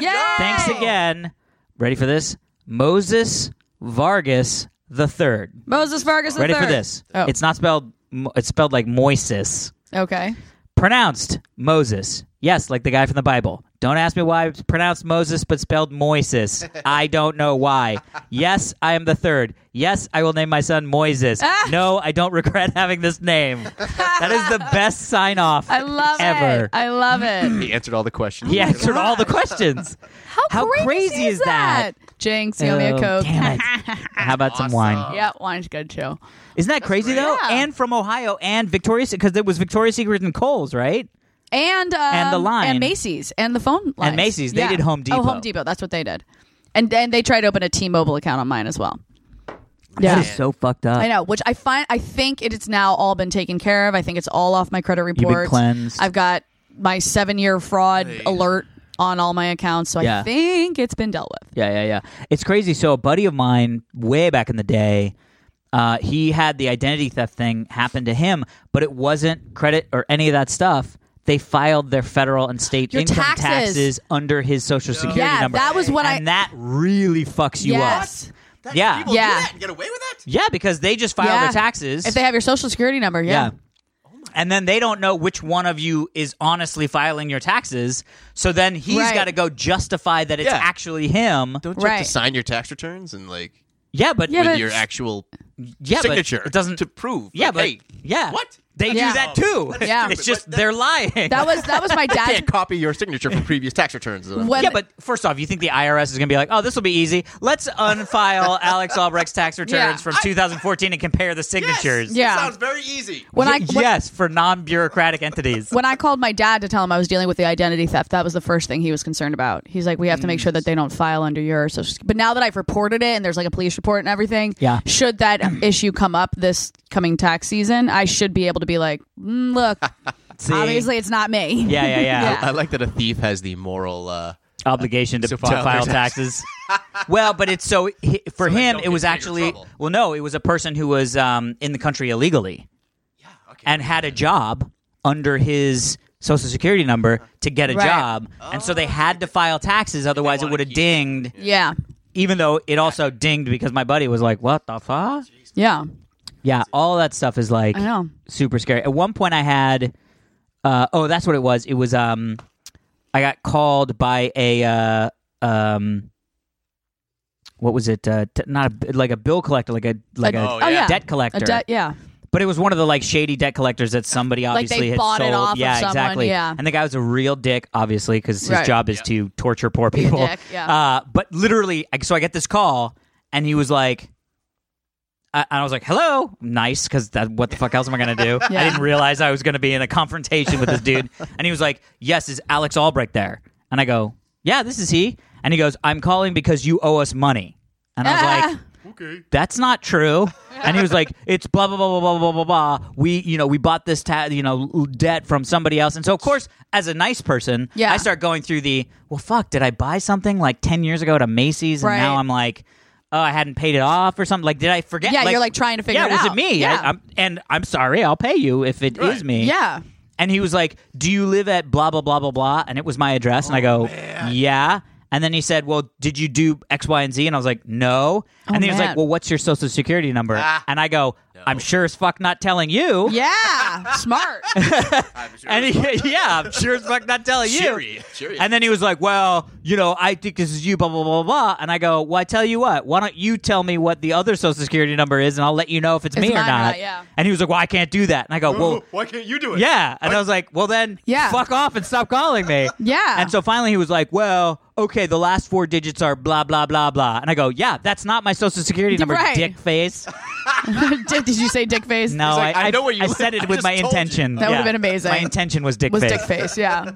S1: Yay.
S2: Thanks again. Ready for this? Moses Vargas the third.
S1: Moses Vargas
S2: Ready
S1: III.
S2: for this?
S1: Oh.
S2: It's not spelled. Mo- It's spelled like Moises.
S1: Okay.
S2: Pronounced Moses. Yes, like the guy from the Bible. Don't ask me why it's pronounced Moses but spelled Moises. I don't know why. Yes, I am the third. Yes, I will name my son Moises.
S1: Ah!
S2: No, I don't regret having this name. That is the best sign off
S1: I love
S2: ever.
S1: it. I love it.
S3: He answered all the questions.
S2: he answered all the questions.
S1: How,
S2: How crazy is that?
S1: Jinx, you owe me a
S2: Oh,
S1: coke.
S2: damn it. How about some wine?
S1: yeah, wine's good too.
S2: Isn't that crazy though?
S1: Yeah.
S2: And from Ohio and Victoria's because it was Victoria's Secret and Kohl's, right?
S1: And um,
S2: the line.
S1: and Macy's and the phone line
S2: Macy's, they did Home
S1: Oh,
S2: Depot.
S1: Home Depot. That's what they did. And then they tried to open a T-Mobile account on mine as well. Yeah.
S2: That is so fucked up.
S1: I know, which I find I think it, it's now all been taken care of. I think it's all off my credit
S2: been
S1: report.
S2: cleansed.
S1: I've got my seven-year fraud alert on all my accounts, so
S2: Yeah.
S1: I think it's been dealt with.
S2: Yeah, yeah, yeah. It's crazy. So a buddy of mine, way back in the day, uh, he had the identity theft thing happen to him, but it wasn't credit or any of that stuff. They filed their federal and state
S1: Your
S2: income
S1: taxes.
S2: taxes. under his social security
S1: Yeah,
S2: number.
S1: that was what I-
S2: and that really fucks you
S1: yes.
S3: That-
S2: Yeah.
S3: People do
S1: Yeah.
S3: that and get away with that?
S2: up. Yeah, because they just file
S1: Yeah.
S2: their taxes.
S1: If they have your social security number, yeah.
S2: yeah. And then they don't know which one of you is honestly filing your taxes. So then he's
S1: Right.
S2: got to go justify that it's
S3: Yeah.
S2: actually him.
S3: Don't you have
S1: Right.
S3: to sign your tax returns and like
S2: Yeah, but
S1: Yeah,
S3: with
S1: but-
S3: your actual
S2: yeah, but
S3: signature?
S2: it doesn't
S3: to prove.
S2: Yeah,
S3: like,
S2: but
S3: hey,
S2: yeah,
S3: what? Oh,
S2: they
S1: Yeah.
S2: do that too.
S1: Yeah.
S2: it's
S3: stupid,
S2: just
S3: but that-
S2: they're lying.
S1: That was that was my
S3: I
S1: dad's
S3: can't copy your signature from previous tax returns.
S1: When-
S2: yeah, but first off, you think the IRS is going to be like, "Oh, this will be easy. Let's unfile Alex Albrecht's tax returns
S1: Yeah.
S2: from 2014 and compare the signatures."
S1: Yeah.
S3: Sounds very easy.
S1: when I
S2: Y-
S1: when,
S2: yes, for non-bureaucratic entities.
S1: when I called my dad to tell him I was dealing with the identity theft, that was the first thing he was concerned about. He's like, "We have to make sure that they don't file under your social." Sec- But now that I've reported it and there's like a police report and everything,
S2: Yeah.
S1: should that issue come up this coming tax season, I should be able to be like, mm, "Look,
S2: See?
S1: obviously it's not me."
S2: yeah, yeah, yeah.
S1: Yeah.
S3: I like that a thief has the moral. Uh,
S2: Obligation to,
S3: To
S2: to
S3: file
S2: file,
S3: their
S2: taxes. well, but it's so he, for
S3: So they
S2: him,
S3: don't
S2: it was
S3: get in bigger
S2: actually
S3: trouble.
S2: well, no, it was a person who was um, in the country illegally.
S3: okay.
S2: and had a job under his social security number to get a
S1: Right.
S2: job and so they had to file taxes otherwise it
S3: wanna
S2: would have
S3: keep-
S2: dinged
S1: yeah,
S2: even though it also dinged because my buddy was like what the fuck
S1: yeah.
S2: yeah all that stuff is like
S1: I know.
S2: super scary at one point i had uh, oh that's what it was it was um i got called by a uh, um what was it uh, t- not a, like a bill collector like a like a,
S1: oh,
S3: Oh, yeah.
S1: yeah,
S2: debt collector
S1: A debt, yeah.
S2: but it was one of the like shady debt collectors that somebody
S1: Like,
S2: obviously
S1: they
S2: had
S1: bought it
S2: sold.
S1: off of
S2: yeah,
S1: someone,
S2: exactly.
S1: yeah.
S2: and the guy was a real dick, obviously, because his
S1: Right.
S2: job is to torture poor people.
S1: dick, yeah.
S2: Uh, but literally, I- so I get this call, and he was like, I, I was like, "Hello, nice," because what the fuck else am I gonna do? I
S1: Yeah.
S2: didn't realize I was gonna be in a confrontation with this dude, and he was like, "Yes, is Alex Albrecht there?" And I go, "Yeah, this is he." And he goes, "I'm calling because you owe us money," and I was like that's not true. And he was like, it's blah blah blah blah blah blah blah blah. We you know we bought this ta- you know l- debt from somebody else, and so of course, as a nice person,
S1: Yeah.
S2: I start going through the well, fuck, did I buy something like ten years ago at a Macy's, and
S1: Right.
S2: now I'm like. Oh, I hadn't paid it off or something. Like, did I forget?
S1: Yeah, you're, like, trying to figure
S2: yeah,
S1: it
S2: was
S1: out.
S2: it me?
S1: Yeah.
S2: I, I'm, and I'm sorry, I'll pay you if it is
S3: Right.
S2: me.
S1: Yeah.
S2: And he was like, Do you live at blah, blah, blah, blah, blah? And it was my address. and I go, Yeah. And then he said, "Well, did you do X, Y, and Z?" And I was like, "No." and then he was
S1: Oh, man.
S2: like, "Well, what's your social security number?"
S3: Ah.
S2: and I go, "I'm sure as fuck not telling you."
S1: Yeah, smart.
S3: I'm sure.
S2: And he, yeah, I'm sure as fuck not telling you.
S3: Cheery. Cheery.
S2: And then he was like, "Well, you know, I think this is you." Blah blah blah blah. And I go, "Well, I tell you what. Why don't you tell me what the other social security number is, and I'll let you know if it's,
S1: It's
S2: me or
S1: mine
S2: not."
S1: or not, yeah.
S2: And he was like, "Well, I can't do that." And I go, "Well,
S3: why can't you do it?
S2: yeah. And I was like, well, then
S1: Yeah.
S2: fuck off and stop calling me.
S1: Yeah.
S2: And so finally he was like, well, okay, the last four digits are blah, blah, blah, blah. And I go, yeah, that's not my social security number,
S1: Right.
S2: dick face.
S1: did, did you say dick face?
S2: No,
S3: like,
S2: I,
S3: "I know where you
S2: I
S3: live.
S2: said it
S3: I
S2: with
S3: just
S2: my
S3: told you."
S2: intention.
S1: That would've been amazing.
S2: My intention was dick
S1: was
S2: face.
S1: dick face. Yeah.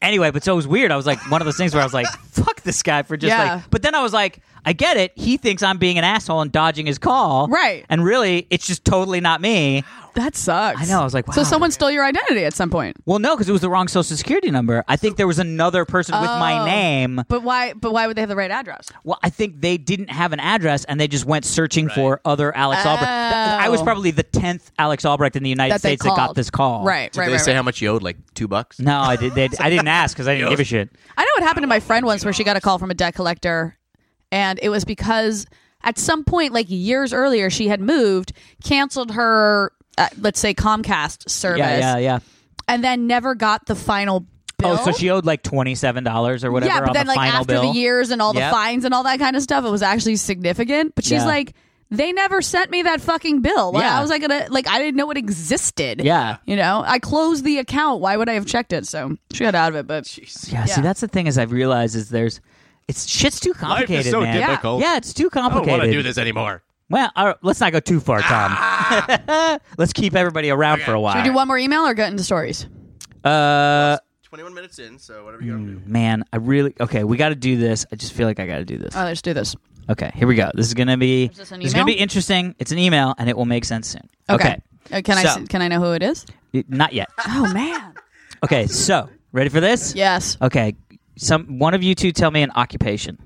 S2: Anyway, but so it was weird. I was like, one of those things where I was like, fuck this guy for just
S1: Yeah.
S2: like. But then I was like, I get it. He thinks I'm being an asshole and dodging his call.
S1: Right.
S2: And really, it's just totally not me.
S1: That sucks.
S2: I know, I was like, wow.
S1: so someone stole your identity at some point.
S2: Well, no, because it was the wrong social security number. I think there was another person with my
S1: Oh.
S2: name.
S1: But why? But why would they have the right address?
S2: Well, I think they didn't have an address and they just went searching for other Alex
S1: Oh.
S2: Albrecht. Th- I was probably the 10th Alex Albrecht in the United
S1: That they
S2: States that got
S1: called.
S2: this call.
S1: Right.
S3: Did
S1: right.
S3: they
S1: right,
S3: say
S1: right.
S3: how much you owed? Like two bucks?
S2: No, I did. They, I didn't ask because I didn't give a shit.
S1: I know what happened to my friend once where she got a call from a debt collector, and it was because at some point, like years earlier, she had moved, canceled her, uh, let's say Comcast service,
S2: Yeah, yeah, yeah.
S1: and then never got the final bill.
S2: Oh, so she owed like twenty-seven dollars or whatever
S1: yeah, but
S2: on
S1: then
S2: the
S1: like
S2: final
S1: after
S2: bill.
S1: the years and all
S2: Yep.
S1: the fines and all that kind of stuff, it was actually significant. But she's
S2: Yeah.
S1: like, they never sent me that fucking bill. Like,
S2: Yeah.
S1: I was like, gonna like I didn't know it existed.
S2: Yeah.
S1: you know, I closed the account. Why would I have checked it? So she got out of it, but
S2: Yeah, See,
S1: Yeah.
S2: that's the thing is I've realized is there's it's shit's too
S3: Life
S2: complicated,
S3: is so
S2: man.
S1: Yeah.
S3: difficult.
S2: Yeah, it's too
S3: I don't
S2: complicated.
S3: want to do this anymore.
S2: Well, all right, let's not go too far, Tom. let's keep everybody around for a while.
S1: Ah. should we do one more email or get into stories?
S2: Uh,
S3: 21 minutes in, so whatever you got to do.
S2: man, I really okay. We got to do this. I just feel like I got to do this.
S1: Oh, let's do this.
S2: Okay, here we go. This is gonna be
S1: Is this an
S2: is gonna be
S1: email?
S2: interesting. It's an email, and it will make sense soon.
S1: Okay. Uh, can I
S2: So-
S1: s- can I know who it is?
S2: Okay. not yet.
S1: Oh man.
S2: Okay, so ready for this?
S1: Yes.
S2: Okay, some one of you two tell me an occupation.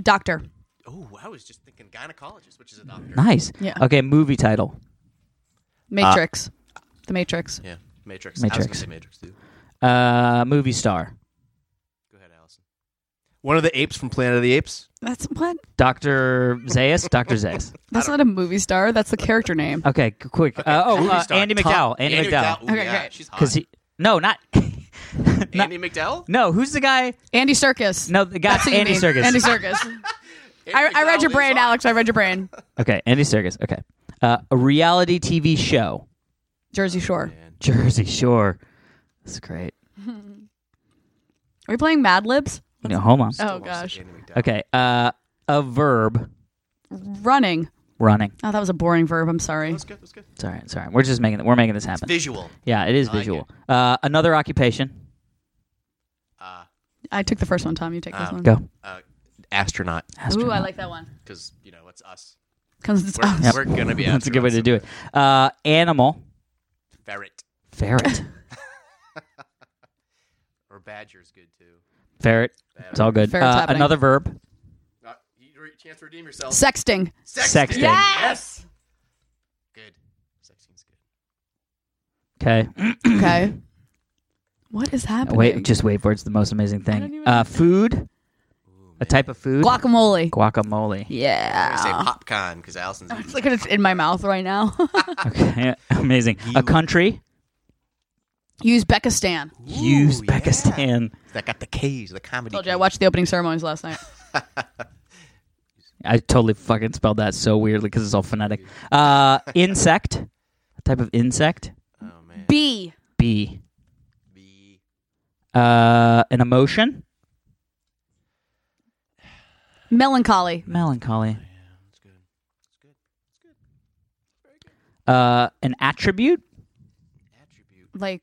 S1: Doctor.
S2: Hmm.
S3: Oh, I was just thinking gynecologist, which is a doctor.
S2: Nice.
S1: Yeah.
S2: Okay, movie title.
S1: Matrix.
S2: Uh,
S1: the Matrix.
S3: Yeah, Matrix. I was
S2: Matrix.
S3: gonna say Matrix too.
S2: Uh, movie star.
S3: Go ahead, Allison. One of the apes from Planet of the Apes.
S1: That's what?
S2: Doctor Zayas. Doctor Zayas.
S1: That's not a movie star. That's the character name.
S2: Okay, c- quick. Uh, oh,
S3: Movie
S2: uh,
S3: star.
S2: Andy
S3: Tom-
S2: McDowell. Andy, McDowell.
S3: Ooh,
S1: Okay,
S3: yeah,
S1: great.
S3: she's hot.
S2: Because he. No, not. not-
S3: Andy McDowell.
S2: no, who's the guy?
S1: Andy Circus.
S2: No, the guy.
S1: That's what you
S2: Andy
S1: mean.
S2: Circus.
S1: Andy Circus. I, I read your brain, Alex. I read your brain.
S2: okay, Andy Circus. Okay, uh, a reality TV show.
S1: Jersey Shore.
S2: Jersey Shore. That's great.
S1: Are we playing Mad Libs?
S2: No, hold on.
S1: Oh gosh.
S2: Okay. Uh, a verb
S1: Running.
S2: running.
S1: Oh, that was a boring verb. I'm sorry.
S3: That's good. That's good.
S2: It's all right. It's all right. We're just making we're making this happen.
S3: Visual.
S2: yeah, it is
S3: I like
S2: visual. Uh, another occupation.
S3: Uh,
S1: I took the first one, Tom. You take this
S3: Ah.
S1: one.
S2: Go.
S3: uh, astronaut.
S1: Mm-hmm. Ooh, I
S2: Astronaut.
S1: like that one.
S3: Because you know it's us.
S1: 'Cause it's
S3: We're,
S1: us.
S3: we're gonna be.
S2: Oh, That's a good way to
S3: astronauts.
S2: do it. Uh, animal.
S3: Ferret
S2: Ferret.
S3: or badger's good too.
S2: Ferret. It's all good.
S1: Ferret's
S2: Uh,
S1: happening.
S2: another verb.
S3: Not, Uh, you, your chance to redeem yourself.
S1: Sexting.
S2: Sexting. Sexting.
S3: Yes. Good. Sexting's good.
S2: Okay.
S1: Mm-hmm. Okay. What is happening?
S2: Wait. Just wait for it. it's the most amazing
S1: don't
S2: thing.
S1: even-
S2: Uh, food. A type of food.
S1: guacamole.
S2: Guacamole.
S3: I say
S1: Yeah.
S3: popcorn because Allison's. eating
S1: Look at it in my mouth right now.
S2: Okay. Amazing. A country.
S1: Uzbekistan.
S2: Uzbekistan.
S3: I got the K's, the comedy.
S1: Told you I
S3: K's.
S1: watched the opening ceremonies last night.
S2: I totally fucking spelled that so weirdly because it's all phonetic. Uh, insect, a type of insect.
S3: Oh man.
S1: B.
S2: B.
S3: B.
S2: Uh, an emotion.
S1: Melancholy.
S2: Melancholy. Uh, an attribute
S3: Attribute.
S1: Like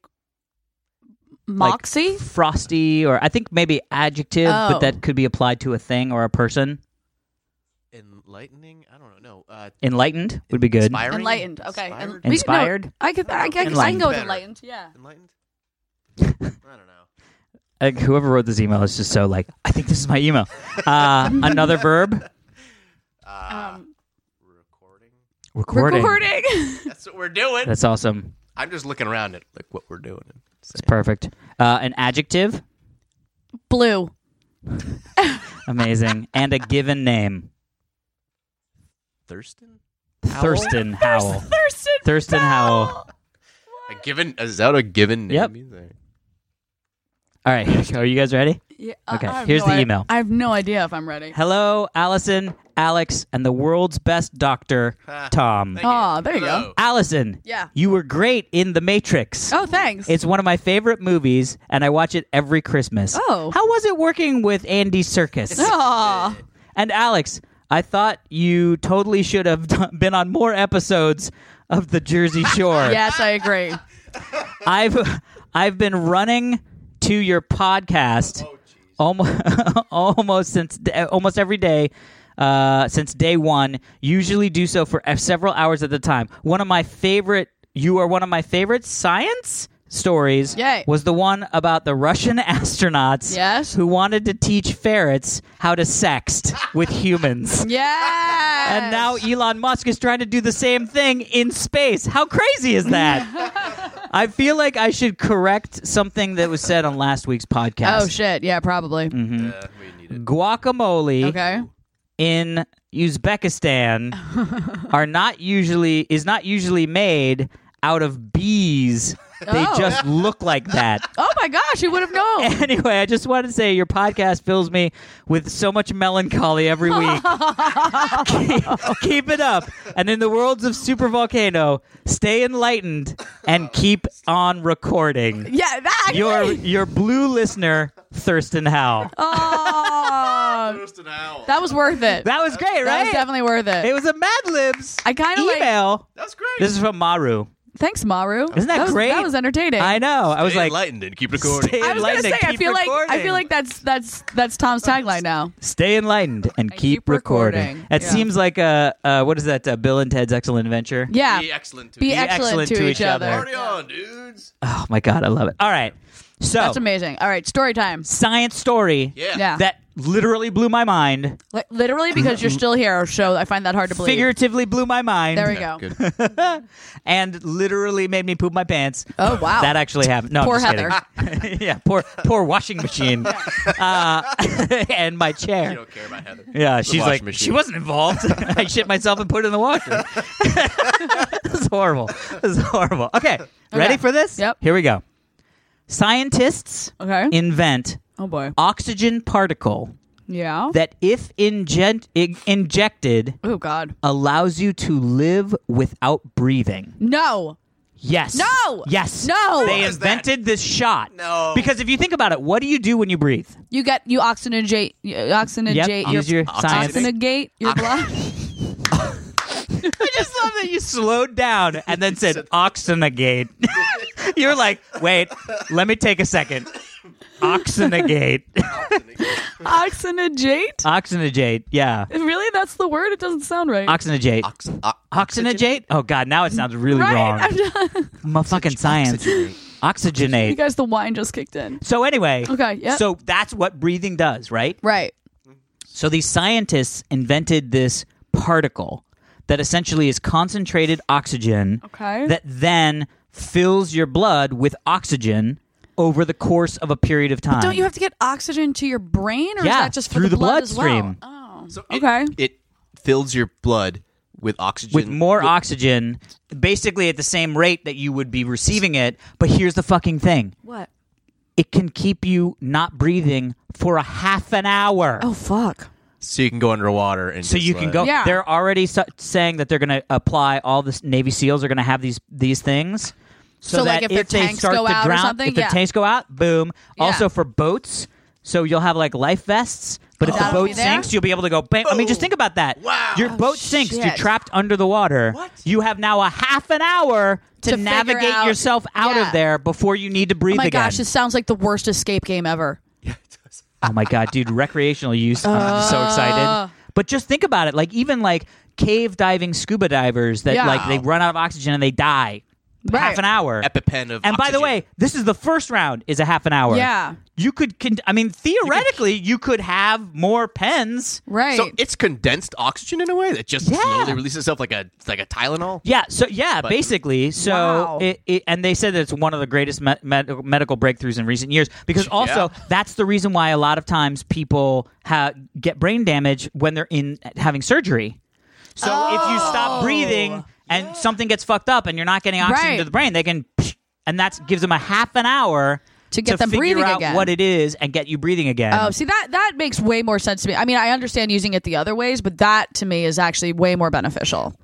S2: like
S1: Moxie?
S2: frosty, or I think maybe adjective,
S1: Oh.
S2: but that could be applied to a thing or a person.
S3: Enlightening. I don't know. No. Uh,
S2: Enlightened would be good.
S3: Inspiring.
S1: enlightened. Okay. En-
S3: Inspired?
S1: we- no,
S2: Inspired?
S1: I could I, I, I can
S2: Enlightened.
S1: go with
S3: Better.
S1: enlightened. Yeah.
S3: Enlightened. I don't know.
S2: Like, whoever wrote this email is just so like, I think this is my email. Uh, another verb.
S3: Uh, Ah.
S1: Um,
S3: Recording.
S2: Recording.
S3: That's what we're doing.
S2: That's awesome.
S3: I'm just looking around at like what we're doing.
S2: It's perfect. Uh, an adjective.
S1: Blue.
S2: Amazing. and a given name.
S3: Thurston?
S2: Thurston Howell.
S1: Thurston.
S2: Thurston Howell.
S3: A given is that a given name?
S2: Yep. All right. Are you guys ready?
S1: Yeah, I-
S2: Okay,
S1: I have
S2: here's
S1: no
S2: the
S1: i-
S2: email.
S1: I have no idea if I'm ready.
S2: Hello, Allison, Alex, and the world's best doctor, Tom.
S1: Aw, there you go.
S2: Allison,
S1: Yeah.
S2: you were great in The Matrix.
S1: Oh, thanks.
S2: It's one of my favorite movies, and I watch it every Christmas.
S1: Oh.
S2: How was it working with Andy Circus?
S1: Aw.
S2: And Alex, I thought you totally should have done- been on more episodes of The Jersey Shore.
S1: yes, I agree.
S2: I've I've been running to your podcast almost almost since almost every day uh, since day one. Usually do so for uh, several hours at the time. One of my favorite. You are one of my favorite science stories.
S1: Yay.
S2: Was the one about the Russian astronauts
S1: Yes.
S2: who wanted to teach ferrets how to sext with humans.
S1: Yes.
S2: And now Elon Musk is trying to do the same thing in space. How crazy is that? I feel like I should correct something that was said on last week's podcast.
S1: Oh shit! Yeah, probably.
S2: Mm-hmm.
S3: Yeah, we need it.
S2: Guacamole
S1: Okay.
S2: in Uzbekistan are not usually is not usually made out of bees. They
S1: Oh.
S2: just look like that.
S1: Oh my gosh, you would have known.
S2: Anyway, I just wanted to say your podcast fills me with so much melancholy every week. keep, keep it up. And in the worlds of Super Volcano, stay enlightened and keep on recording.
S1: yeah, that.
S2: Your your blue listener, Thurston Howell.
S1: Oh,
S3: Thurston Howell.
S1: that was worth it.
S2: That was great,
S1: That
S2: right?
S1: was definitely worth it.
S2: it was a Mad Libs
S1: I kind of like.
S2: email.
S3: That's great.
S2: This is from Maru.
S1: Thanks, Maru.
S2: Isn't that,
S1: was,
S2: great?
S1: That was entertaining.
S2: I know. I was
S3: Stay
S2: like,
S3: enlightened and keep recording.
S2: Stay-
S1: I was gonna
S2: Lightning,
S1: say. I
S2: keep
S1: feel like I
S2: recording.
S1: feel like that's that's that's Tom's tagline now.
S2: stay enlightened and keep,
S1: keep
S2: recording.
S1: recording.
S2: That
S1: Yeah.
S2: seems like a, uh, what is that? Uh, Bill and Ted's Excellent Adventure.
S1: Yeah.
S3: Be excellent. To
S1: Be
S3: each-
S1: excellent, to, each, other.
S3: Party on, dudes.
S2: Oh my god, I love it. All right, so
S1: That's amazing. All right, story time.
S2: science story
S3: Yeah.
S1: Yeah.
S2: that literally blew my mind,
S1: Li- literally because you're still here, so I find that hard to believe.
S2: figuratively blew my mind,
S1: there we go.
S3: Good.
S2: and literally made me poop my pants.
S1: Oh wow.
S2: That actually happened. No, I'm
S1: Poor
S2: just kidding. yeah, poor poor washing machine, uh, and my chair.
S3: You don't care about Heather.
S2: Yeah, she's
S3: washing
S2: like,
S3: machine.
S2: she wasn't involved. I shit myself and put it in the washer. this is horrible. This is horrible. Okay, ready
S1: Okay.
S2: for this?
S1: Yep.
S2: Here we go. Scientists
S1: okay.
S2: invent
S1: oh boy.
S2: oxygen particle
S1: Yeah.
S2: uh, that, if inject- in- injected,
S1: oh god.
S2: allows you to live without breathing.
S1: No.
S2: Yes.
S1: No!
S2: Yes.
S1: No! What
S2: They
S3: is that?
S2: invented this shot.
S3: No.
S2: Because if you think about it, what do you do when you breathe?
S1: You get you oxygenate you oxygenate
S2: Yep,
S1: your,
S2: use your science.
S1: oxygenate your blood.
S2: I just love that you slowed down and then said oxynegate. You're like, wait, let me take a second. Oxynegate. Uh,
S1: oxygenate?
S2: Oxynegate, yeah.
S1: Really? That's the word? It doesn't sound right.
S2: Oxynegate.
S3: Ox- o-
S2: Oxynegate? Oh god, now it sounds really
S1: right?
S2: wrong.
S1: I'm done.
S2: My fucking science.
S1: you
S2: Oxygenate.
S1: guys, the wine just kicked in.
S2: So anyway,
S1: Okay, yep.
S2: so that's what breathing does, right?
S1: Right.
S2: So these scientists invented this particle that essentially is concentrated oxygen
S1: Okay.
S2: that then fills your blood with oxygen over the course of a period of time.
S1: Don't you have to get oxygen to your brain, or
S2: Yeah,
S1: is that just for
S2: through the
S1: blood as well?
S2: bloodstream.
S1: Oh.
S3: So it-
S1: okay.
S3: It fills your blood with oxygen.
S2: with more oxygen basically at the same rate that you would be receiving it, but here's the fucking thing.
S1: What?
S2: It can keep you not breathing for a half an hour.
S1: Oh fuck.
S3: so you can go underwater and
S2: So
S3: just, uh,
S2: you can
S3: like-
S2: go.
S1: Yeah.
S2: They're already su- saying that they're going to apply. All the s- Navy SEALs are going to have these these things.
S1: So,
S2: that
S1: like, if their
S2: they
S1: tanks
S2: start
S1: go
S2: to
S1: out or
S2: drown,
S1: something?
S2: if the
S1: Yeah.
S2: tanks go out, boom. Also for boats, so you'll have like life vests. But if the
S1: Oh, That'll
S2: boat
S1: be there? Oh,
S2: sinks, you'll be able to go. Bam. I mean, just think about that.
S3: Wow.
S2: Your boat sinks. You're
S1: shit.
S2: trapped under the water.
S3: What?
S2: You have now a half an hour to,
S1: To figure
S2: navigate
S1: out-
S2: yourself out
S1: Yeah.
S2: of there before you need to breathe
S1: Oh my
S2: again.
S1: gosh, this sounds like the worst escape game ever.
S2: Oh my god, dude, recreational use. I'm just so
S1: Uh.
S2: excited. But just think about it. Like even like cave diving scuba divers that
S1: Yeah.
S2: like they run out of oxygen and they die. half
S1: Right.
S2: an hour.
S3: EpiPen of.
S2: and by the
S3: oxygen.
S2: way, this is the first round is a half an hour.
S1: Yeah.
S2: You could con- I mean theoretically you could have more pens.
S1: Right.
S3: so it's condensed oxygen in a way that just
S2: Yeah.
S3: slowly releases itself like a like a Tylenol.
S2: Yeah, so yeah,
S3: But-
S2: basically, so
S1: Wow.
S2: it, it, and they said that it's one of the greatest me- med- medical breakthroughs in recent years because also
S3: Yeah.
S2: that's the reason why a lot of times people ha- get brain damage when they're in having surgery. So if you stop breathing and something gets fucked up and you're not getting oxygen
S1: Oh. Right.
S2: to the brain, they can and that gives them a half an hour
S1: To get them
S2: figure
S1: breathing
S2: out
S1: again.
S2: what it is and get you breathing again.
S1: Oh, see that that makes way more sense to me. I mean, I understand using it the other ways, but that to me is actually way more beneficial.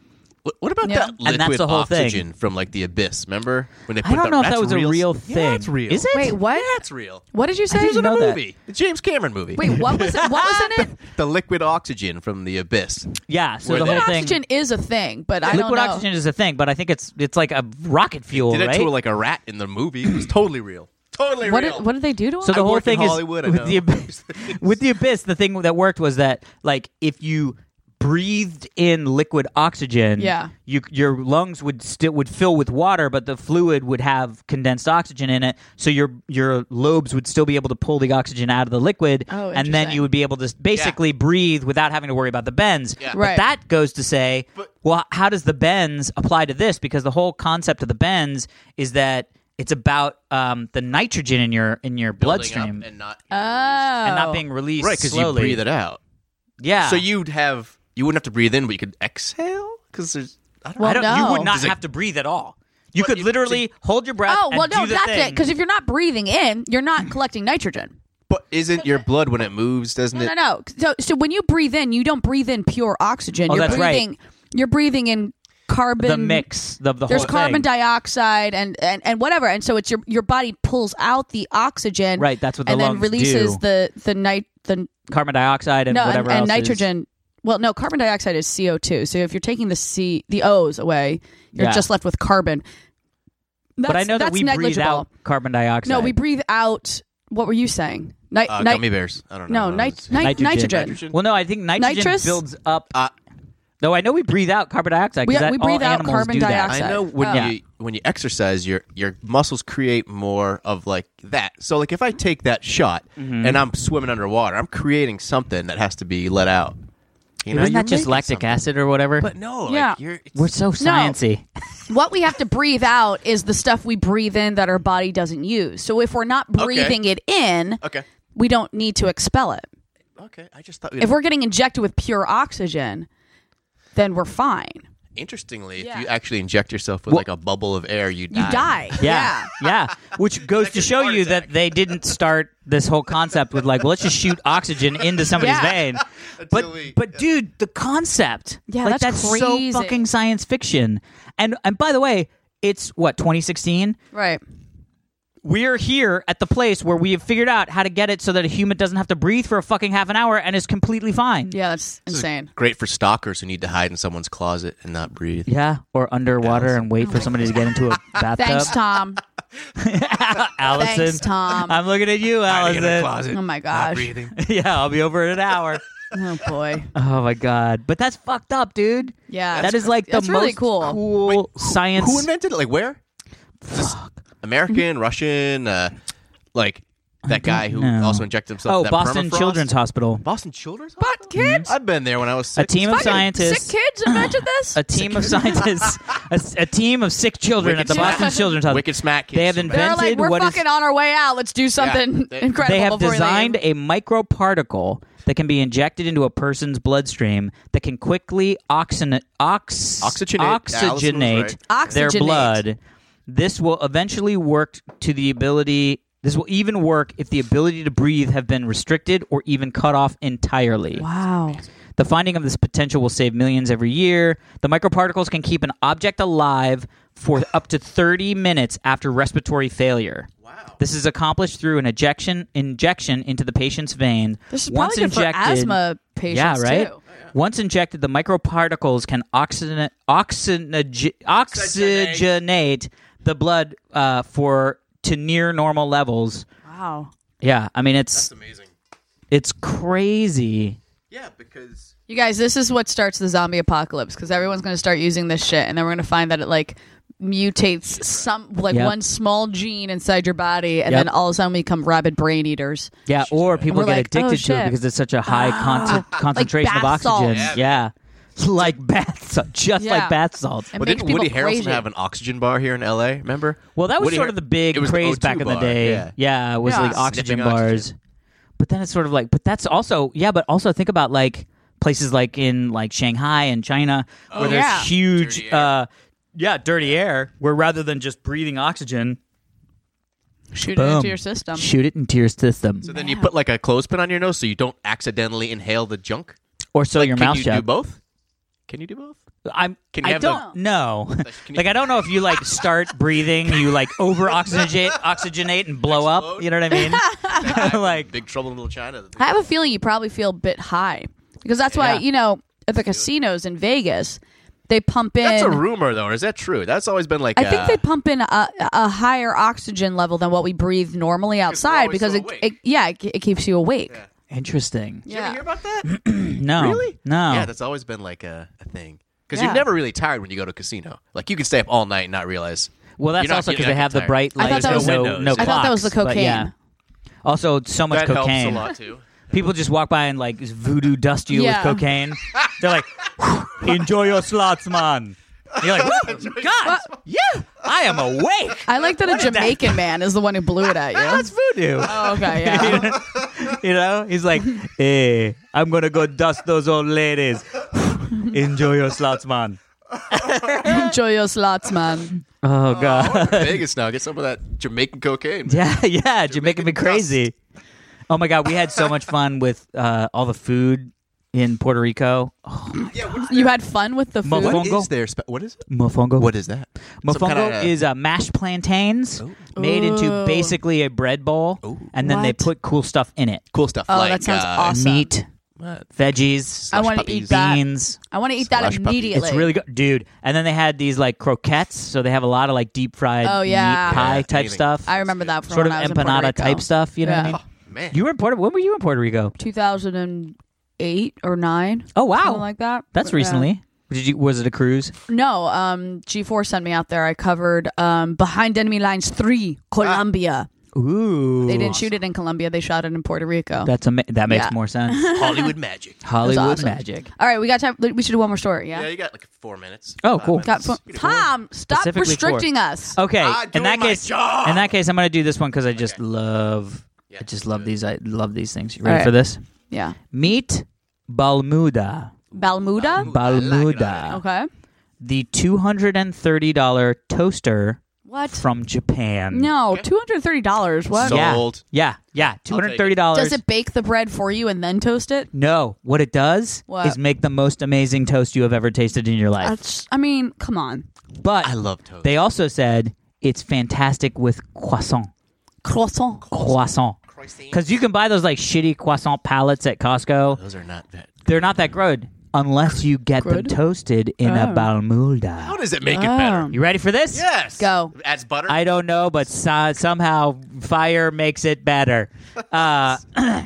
S3: What, what about
S1: Yeah.
S3: that
S2: that's
S3: liquid
S2: the whole thing.
S3: oxygen from like the abyss? Remember when they put
S2: I don't
S3: that,
S2: know if that
S3: that's
S2: was a real thing.
S3: Yeah, it's real.
S2: Is it?
S1: Wait, what?
S3: That's real.
S1: What did you say?
S2: didn't know
S3: The
S2: that.
S3: movie, the James Cameron movie.
S1: Wait, what was it? What was in it?
S3: the liquid oxygen from the abyss.
S2: Yeah, so
S3: Were
S2: the
S3: they-
S2: whole
S1: Liquid
S2: thing
S1: oxygen is a thing, but I don't
S2: liquid
S1: know.
S2: oxygen is a thing, but I think it's it's like a rocket fuel,
S3: Did
S2: right?
S3: it to like a rat in the movie? It was totally real. Totally
S1: what
S3: real.
S1: did, what did they do to him?
S2: so the
S3: I
S2: whole
S3: work in
S2: thing is
S3: Hollywood, I
S2: with
S3: know.
S2: the abyss, with the abyss. The thing that worked was that like if you breathed in liquid oxygen,
S1: Yeah.
S2: you your lungs would still would fill with water, but the fluid would have condensed oxygen in it, so your your lobes would still be able to pull the oxygen out of the liquid,
S1: Oh,
S2: and then
S1: interesting.
S2: you would be able to s- basically breathe without having to worry about the bends.
S3: Yeah.
S2: But
S1: Right.
S2: that goes to say,
S3: But-
S2: well, how does the bends apply to this? Because the whole concept of the bends is that it's about um, the nitrogen in your in your
S3: Building up
S2: bloodstream
S3: and not
S1: oh,
S2: and not being released
S3: right because you
S2: slowly.
S3: breathe it out.
S2: Yeah.
S3: So you'd have you wouldn't have to breathe in, but you could exhale because there's I don't
S1: Well,
S2: I
S3: know.
S2: don't, you would
S1: no.
S2: not
S3: Does it-
S2: have to breathe at all. You could
S3: you-
S2: literally hold your breath.
S1: Oh well,
S2: and
S1: no,
S2: do the
S1: that's
S2: thing.
S1: it. Because if you're not breathing in, you're not collecting nitrogen.
S3: But isn't your blood when it moves? Doesn't
S1: No, no,
S3: it?
S1: no. So, so when you breathe in, you don't breathe in pure oxygen.
S2: Oh,
S1: you're
S2: that's right.
S1: breathing. You're breathing in carbon.
S2: the mix of the
S1: There's
S2: whole
S1: carbon
S2: thing.
S1: dioxide and, and and whatever, and so it's your your body pulls out the oxygen.
S2: Right, that's what the
S1: and
S2: lungs
S1: then releases
S2: do.
S1: the the nit the
S2: carbon dioxide and
S1: no and,
S2: whatever
S1: and
S2: else is-
S1: nitrogen. Well, no, carbon dioxide is CO two. So if you're taking the C the O's away, you're
S2: Yeah.
S1: just left with carbon. That's,
S2: But I know
S1: that's
S2: that we
S1: negligible.
S2: breathe out carbon dioxide.
S1: No, we breathe out. What were you saying? Ni-
S3: Uh,
S1: ni-
S3: gummy Uh, bears. I don't know.
S1: no, nit- ni- nitrogen.
S2: Well, no, I think nitrogen
S1: Nitrous?
S2: builds up.
S3: Uh,
S2: no, I know we breathe out carbon dioxide. 'cause
S1: We-
S2: that,
S1: we breathe
S2: all
S1: out
S2: animals
S1: carbon
S2: do that.
S1: dioxide.
S3: I know when
S1: Oh.
S3: you when you exercise, your your muscles create more of like that. So like if I take that shot
S2: Mm-hmm.
S3: and I'm swimming underwater, I'm creating something that has to be let out. You
S2: Isn't
S3: you're
S2: that just
S3: making
S2: lactic
S3: something.
S2: acid or whatever?
S3: But no, like,
S1: Yeah.
S3: you're, it's-
S2: We're so sciencey.
S1: What we have to breathe out is the stuff we breathe in that our body doesn't use. So if we're not breathing it in,
S3: okay.
S1: we don't need to expel it.
S3: Okay, I just thought.
S1: If we're getting injected with pure oxygen, then we're fine.
S3: interestingly,
S1: Yeah.
S3: if you actually inject yourself with like a bubble of air, you
S1: You
S3: die.
S1: die.
S2: Yeah. Yeah. Which goes to
S3: gives
S2: show
S3: heart
S2: you
S3: attack.
S2: that they didn't start this whole concept with like, well, let's just shoot oxygen into somebody's
S1: Yeah.
S2: vein. But
S3: we-
S2: but dude, the concept.
S1: Yeah,
S2: like,
S1: that's crazy.
S2: so fucking science fiction. And and by the way, it's what, 2016?
S1: Right.
S2: We're here at the place where we have figured out how to get it so that a human doesn't have to breathe for a fucking half an hour and is completely fine.
S1: Yeah, that's insane.
S3: Great for stalkers who need to hide in someone's closet and not breathe.
S2: Yeah, or underwater and wait for somebody to get into a bathtub.
S1: Oh Thanks, Tom.
S2: Allison.
S1: Thanks, Tom.
S2: I'm looking at you,
S3: Hiding in a
S2: Allison.
S3: closet,
S1: Oh my
S3: not
S1: gosh.
S3: breathing.
S2: yeah, I'll be over in an hour.
S1: Oh boy.
S2: Oh my god! But that's fucked up, dude.
S1: Yeah.
S2: that is like the
S1: that's really
S2: most
S1: cool.
S2: cool science.
S3: Who invented it? Like where? This American, Russian, uh, like that guy who
S2: know.
S3: also injected himself.
S2: oh,
S3: that
S2: Boston
S3: permafrost?
S2: Children's Hospital.
S3: Boston Children's.
S1: But kids,
S3: I've been there when I was
S2: A
S3: six.
S2: team of
S1: fucking
S2: Mm-hmm. scientists.
S1: sick kids invented this.
S2: A team of scientists. a, s- a team of sick children
S3: Wicked
S2: at the
S3: smack.
S2: Boston Children's Hospital.
S3: Wicked smack. kids
S2: They have
S3: from
S2: invent-
S1: They're like,
S2: invented
S1: we're
S2: what is-
S1: fucking on our way out. Let's do something
S3: they-
S1: incredible.
S2: They have
S1: before we leave."
S2: designed a microparticle that can be injected into a person's bloodstream that can quickly oxygen- ox-
S3: Oxygenate. Allison was
S2: oxygenate
S1: right.
S2: their
S1: Oxygenate.
S2: blood. This will eventually work to the ability. This will even work if the ability to breathe have been restricted or even cut off entirely.
S1: Wow.
S2: The finding of this potential will save millions every year. The microparticles can keep an object alive for up to 30 minutes after respiratory failure. Wow. This is accomplished through an ejection injection into the patient's vein.
S1: This is probably good for asthma patients
S2: Oh, Yeah, right.
S1: too.
S2: Once injected, the microparticles can oxygen, oxygen, oxygenate the blood uh, for to near normal levels.
S1: Wow.
S2: Yeah, I mean it's
S3: amazing.
S2: it's crazy.
S3: Yeah, because
S1: You guys, this is what starts the zombie apocalypse because everyone's going to start using this shit, and then we're going to find that it like mutates some like
S2: Yep.
S1: one small gene inside your body, and
S2: Yep.
S1: then all of a sudden we become rabid brain eaters.
S2: Yeah, or people
S1: We're
S2: get
S1: like,
S2: addicted
S1: "Oh,
S2: to it
S1: shit." Ah.
S2: because it's such a high con- concentration of
S1: bath salts.
S2: oxygen. Yeah. Like bath salts, just
S1: Yeah.
S2: like bath salts.
S1: And-
S3: well,
S1: makes
S3: didn't
S1: people
S3: Woody Harrelson
S1: crazy.
S3: have an oxygen bar here in L.A.? Remember?
S2: Well, that was
S3: Woody
S2: sort
S3: Har-
S2: of the big
S3: it was the
S2: craze
S3: O2
S2: back in the
S3: bar,
S2: day.
S3: Yeah.
S2: it was
S1: Yeah.
S2: like oxygen
S3: Sniffing
S2: bars.
S3: oxygen.
S2: But then it's sort of like, but that's also yeah. But also think about like places like in like Shanghai and China where there's
S1: Oh, yeah.
S2: huge,
S3: Dirty air.
S2: uh, yeah, dirty air. Where rather than just breathing oxygen,
S1: Shoot it
S2: Boom.
S1: into your system.
S2: shoot it into your system,
S3: So then you put like a clothespin on your nose so you don't accidentally inhale the junk.
S2: or sew your
S3: Can
S2: mouth
S3: you do
S2: shut.
S3: both? Can you do both?
S2: I'm.
S3: Can you
S2: I
S3: have the-
S2: don't know.
S3: Can you-
S2: like I don't know if you like start breathing, you like over oxygenate, oxygenate and blow up.
S3: Explode?
S2: You know what I mean? like
S3: Big Trouble in Little China.
S1: I have a feeling you probably feel a bit high because that's why
S2: Yeah.
S1: you know at the casinos in Vegas they pump in.
S3: That's a rumor, though. or Is that true? That's always been like.
S1: I
S3: uh,
S1: think they pump in a, a higher oxygen level than what we breathe normally outside
S3: always
S1: because
S3: so
S1: it,
S3: awake.
S1: it yeah it, it keeps you awake.
S2: interesting.
S3: You ever hear about that?
S2: No.
S3: Really?
S2: No.
S3: Yeah, that's always been like a, a thing. Because
S1: Yeah.
S3: you're never really tired when you go to a casino. Like you can stay up all night and not realize.
S2: Well, that's
S3: You're not-
S2: also
S3: you're
S2: because
S3: not
S2: they have the
S3: tired.
S2: bright
S1: I thought
S2: lights,
S1: that was-
S2: so
S3: Windows.
S2: no
S3: I
S2: clocks.
S1: thought that was the
S2: but yeah.
S1: cocaine.
S2: Also, so much
S3: that
S2: cocaine.
S3: helps a lot too.
S2: People just walk by and like voodoo dust you
S1: Yeah.
S2: with cocaine. They're like, "Enjoy your slots, man." You're like, "God, yeah, I am awake."
S1: I like that a Jamaican man is the one who blew it at you.
S2: That's voodoo.
S1: Oh, okay, yeah.
S2: you know, he's like, "Hey, I'm gonna go dust those old ladies. Enjoy your slots, man."
S1: Enjoy your slots, man.
S2: Oh god.
S3: Vegas now get some of that Jamaican cocaine.
S2: Yeah, yeah, Jamaican me crazy. Oh my god, we had so much fun with uh, all the food in Puerto Rico.
S1: You had fun with the food.
S2: Motherfucker.
S3: What
S2: Fongo?
S3: is there? Spe- what is it?
S2: Mofongo.
S3: What is that?
S2: mofongo
S3: Some kinda-
S2: is uh, mashed plantains made into
S1: Oh. Ooh.
S2: basically a bread bowl, and then they
S1: What?
S2: put cool stuff in it:
S3: cool stuff.
S1: Oh,
S3: like,
S1: that sounds
S3: uh,
S1: awesome.
S2: meat,
S3: what?
S2: veggies,
S1: I want to
S3: puppies.
S1: eat that.
S2: beans.
S1: I want to eat that
S3: Slash puppies.
S1: immediately.
S2: It's really good, dude. And then they had these like croquettes, so they have a lot of like deep fried
S1: Oh, yeah.
S2: meat pie
S3: Yeah,
S2: type
S3: anything.
S2: stuff,
S1: I remember that from
S2: sort of
S1: when I was in Puerto
S2: empanada
S1: Rico.
S2: type stuff. You know
S1: Yeah.
S2: what I mean?
S3: Oh, Man,
S2: You were in Puerto. When were you in Puerto Rico?
S1: 2008 or nine.
S2: Oh wow,
S1: Something like that.
S2: That's
S1: But, yeah.
S2: recently. Did you? Was it a cruise?
S1: No, um, G4 sent me out there. I covered um, Behind Enemy Lines 3, Colombia.
S2: Ah. Ooh,
S1: They didn't shoot it in Colombia. They shot it in Puerto Rico.
S2: That's ama- that makes
S1: Yeah.
S2: more sense.
S3: Hollywood magic.
S2: Hollywood
S1: awesome.
S2: magic.
S1: All right, we got time. We should do one more story.
S3: Yeah,
S1: Yeah.
S3: you got like four minutes.
S2: Oh,
S3: five
S2: cool.
S3: minutes.
S1: Got fo- Tom, stop
S2: Specifically Oh. four.
S1: restricting us.
S2: Okay,
S3: Ah,
S2: in
S3: doing
S2: that
S3: my
S2: case,
S3: job.
S2: in that case, I'm gonna do this one because I just love, I just love these. I love these things. You ready
S1: Alright.
S2: for this?
S1: Yeah.
S2: Meet Balmuda.
S1: Balmuda.
S2: Balmuda,
S1: Okay.
S2: the two hundred and thirty dollar toaster
S1: What?
S2: from Japan.
S1: No, two hundred thirty dollars. What?
S3: So-
S2: yeah,
S3: Sold.
S2: yeah, yeah, two hundred thirty dollars.
S1: Does it bake the bread for you and then toast it?
S2: No, what it does
S1: What?
S2: is make the most amazing toast you have ever tasted in your life.
S1: That's, I mean, come on,
S2: but
S3: I love toast.
S2: They also said it's fantastic with croissant.
S1: croissant.
S2: Croissant. Because you can buy those like shitty croissant pallets at Costco.
S3: Those are not that.
S2: They're not that good unless you get them
S1: Good? Oh.
S2: toasted in a
S3: How
S2: balmulda.
S3: does it make it better?
S2: You ready for this?
S3: Yes.
S1: Go.
S3: Adds butter.
S2: I don't know, but so- somehow fire makes it better. Uh,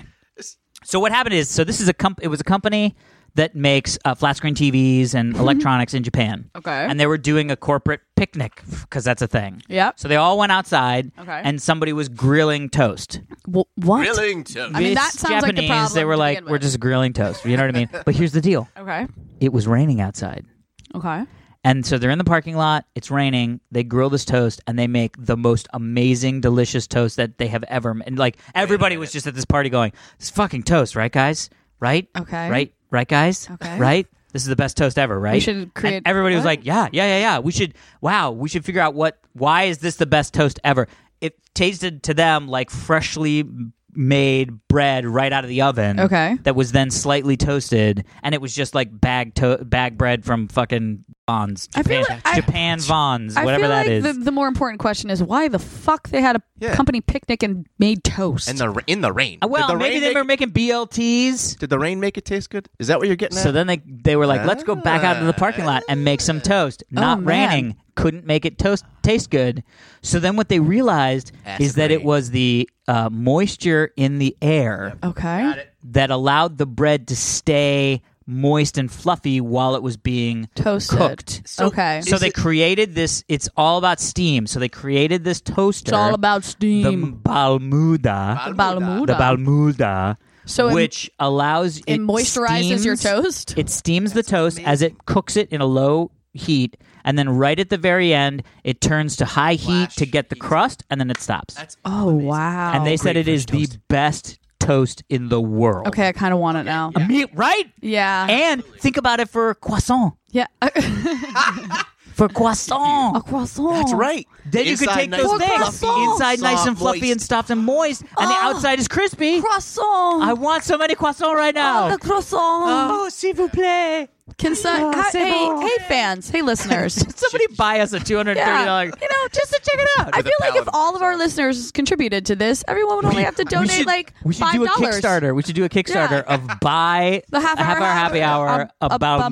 S2: so what happened is, so this is a comp- it was a company that makes uh, flat screen TVs and electronics in Japan.
S1: Mm-hmm. Okay.
S2: and they were doing a corporate picnic because that's a thing.
S1: Yep.
S2: So they all went outside.
S1: Okay.
S2: and somebody was grilling toast.
S1: Wh- what?
S3: Grilling toast.
S1: I mean, that
S2: This
S1: sounds like the
S2: Japanese, they
S1: problem
S2: were
S1: to
S2: like,
S1: begin
S2: "We're
S1: with."
S2: just grilling toast." You know what I mean? but here's the deal:
S1: Okay.
S2: it was raining outside.
S1: Okay.
S2: And so they're in the parking lot. It's raining. They grill this toast, and they make the most amazing, delicious toast that they have ever. And like everybody was just at this party going, "This fucking toast, right, guys? Right?
S1: Okay.
S2: Right? Right, guys?
S1: Okay.
S2: Right? This is the best toast ever, right?
S1: should
S2: And
S1: create-
S2: everybody was
S1: what?
S2: like, "Yeah, yeah, yeah, yeah. We should. Wow, we should figure out what. Why is this the best toast ever? It tasted to them like freshly made bread right out of the oven.
S1: Okay.
S2: That was then slightly toasted, and it was just like bag to- bag bread from fucking Vons.
S1: I feel
S2: Japan,
S1: like- I-
S2: Japan Vons,
S1: I
S2: whatever
S1: feel
S2: that
S1: like
S2: is.
S1: The, the more important question is why the fuck they had a
S3: Yeah.
S1: company picnic and made toast.
S3: In the ra- in the rain.
S2: Uh, well,
S3: Did the
S2: maybe
S3: rain
S2: they
S3: make-
S2: were making BLTs.
S3: Did the rain make it taste good? Is that what you're getting at?
S2: So then they they were like, let's go back out to the parking lot and make some toast. Not
S1: Oh, man.
S2: raining, couldn't make it toast taste good. So then what they realized
S3: Acid
S2: is that it
S3: rain.
S2: was the uh, moisture in the air
S1: Okay.
S2: that allowed the bread to stay moist and fluffy while it was being
S1: Toasted.
S2: cooked.
S1: okay.
S2: So they created this. It's all about steam. So they created this toaster.
S1: it's all about
S2: the
S1: steam.
S2: balmuda.
S1: Balmuda.
S2: The balmuda.
S1: So it-
S2: which allows
S1: it moisturizes your
S2: steams-
S1: toast?
S2: It steams the toast as it cooks it in a low heat, and then right at the very end, it turns to high heat
S3: Flash
S2: to get the
S3: heat.
S2: crust, and then it stops.
S3: That's
S1: oh wow.
S2: and they said it
S3: great
S2: is
S3: French
S2: the
S3: toast.
S2: best toast in the world.
S1: Okay, I kind of want it now.
S2: I mean, right?
S1: Yeah.
S2: And think about it for croissant.
S1: yeah.
S2: For croissant.
S1: a croissant.
S3: That's right.
S2: Then you could
S3: Inside
S2: take
S3: nice
S2: those
S1: and
S2: things
S1: fluffy and
S2: inside, nice
S3: soft,
S2: and fluffy, and
S3: moist.
S2: stuffed and moist, and the
S1: Oh.
S2: outside is crispy.
S1: Croissant.
S2: I want so many croissants right
S1: Oh,
S2: now.
S1: the croissant.
S2: Oh, s'il vous plaît.
S1: Can some,
S2: Oh,
S1: ha-
S2: c'est
S1: hey,
S2: bon.
S1: hey, fans, hey, listeners.
S2: Somebody buy us a two hundred thirty
S1: yeah,
S2: dollar.
S1: you know, just to check it out. I
S3: With a
S1: feel like if
S3: paladin
S1: all of our listeners contributed to this, everyone would only have to donate like
S2: we should
S1: five
S2: do a
S1: dollars.
S2: Kickstarter. We should do a Kickstarter of buy
S1: The half hour
S2: happy
S1: hour
S2: hour
S1: of- of
S2: about Muda.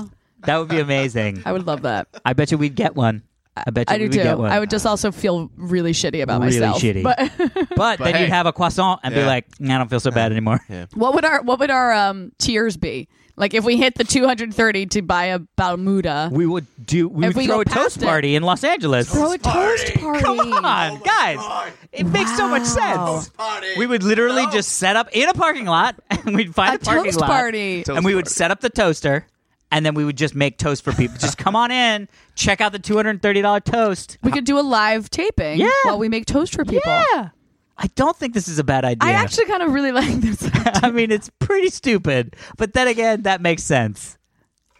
S1: Bermuda.
S2: That would be amazing.
S1: I would love that.
S2: I bet you we'd get one. I bet you
S1: I do
S2: we'd
S1: too.
S2: get one.
S1: I would just also feel really shitty about
S2: Really
S1: myself.
S2: shitty.
S1: But
S2: but, then
S3: hey.
S2: you'd have a croissant and be
S3: Yeah.
S2: like, "Mm, I don't feel so bad anymore.
S1: what would our what would our um, tiers be? Like if we hit the two hundred thirty to buy a Balmuda,
S2: We would do. We
S1: If
S2: would
S1: we
S2: throw
S1: go
S2: a toast
S1: past it-
S2: party in Los Angeles.
S1: throw a toast party.
S2: Come on, guys! It makes so much
S1: Wow.
S2: sense. We would literally just set up in a parking lot, and we'd
S1: a
S2: find a, parking
S1: toast
S2: lot,
S1: party.
S3: Toast
S2: and we would
S3: party.
S2: set up the toaster, and then we would just make toast for people. just come on in, check out the two hundred and thirty dollar toast.
S1: We could do a live taping
S2: Yeah.
S1: while we make toast for people.
S2: Yeah, I don't think this is a bad idea.
S1: I actually kind of really like this.
S2: I mean, it's pretty stupid, but then again, that makes sense.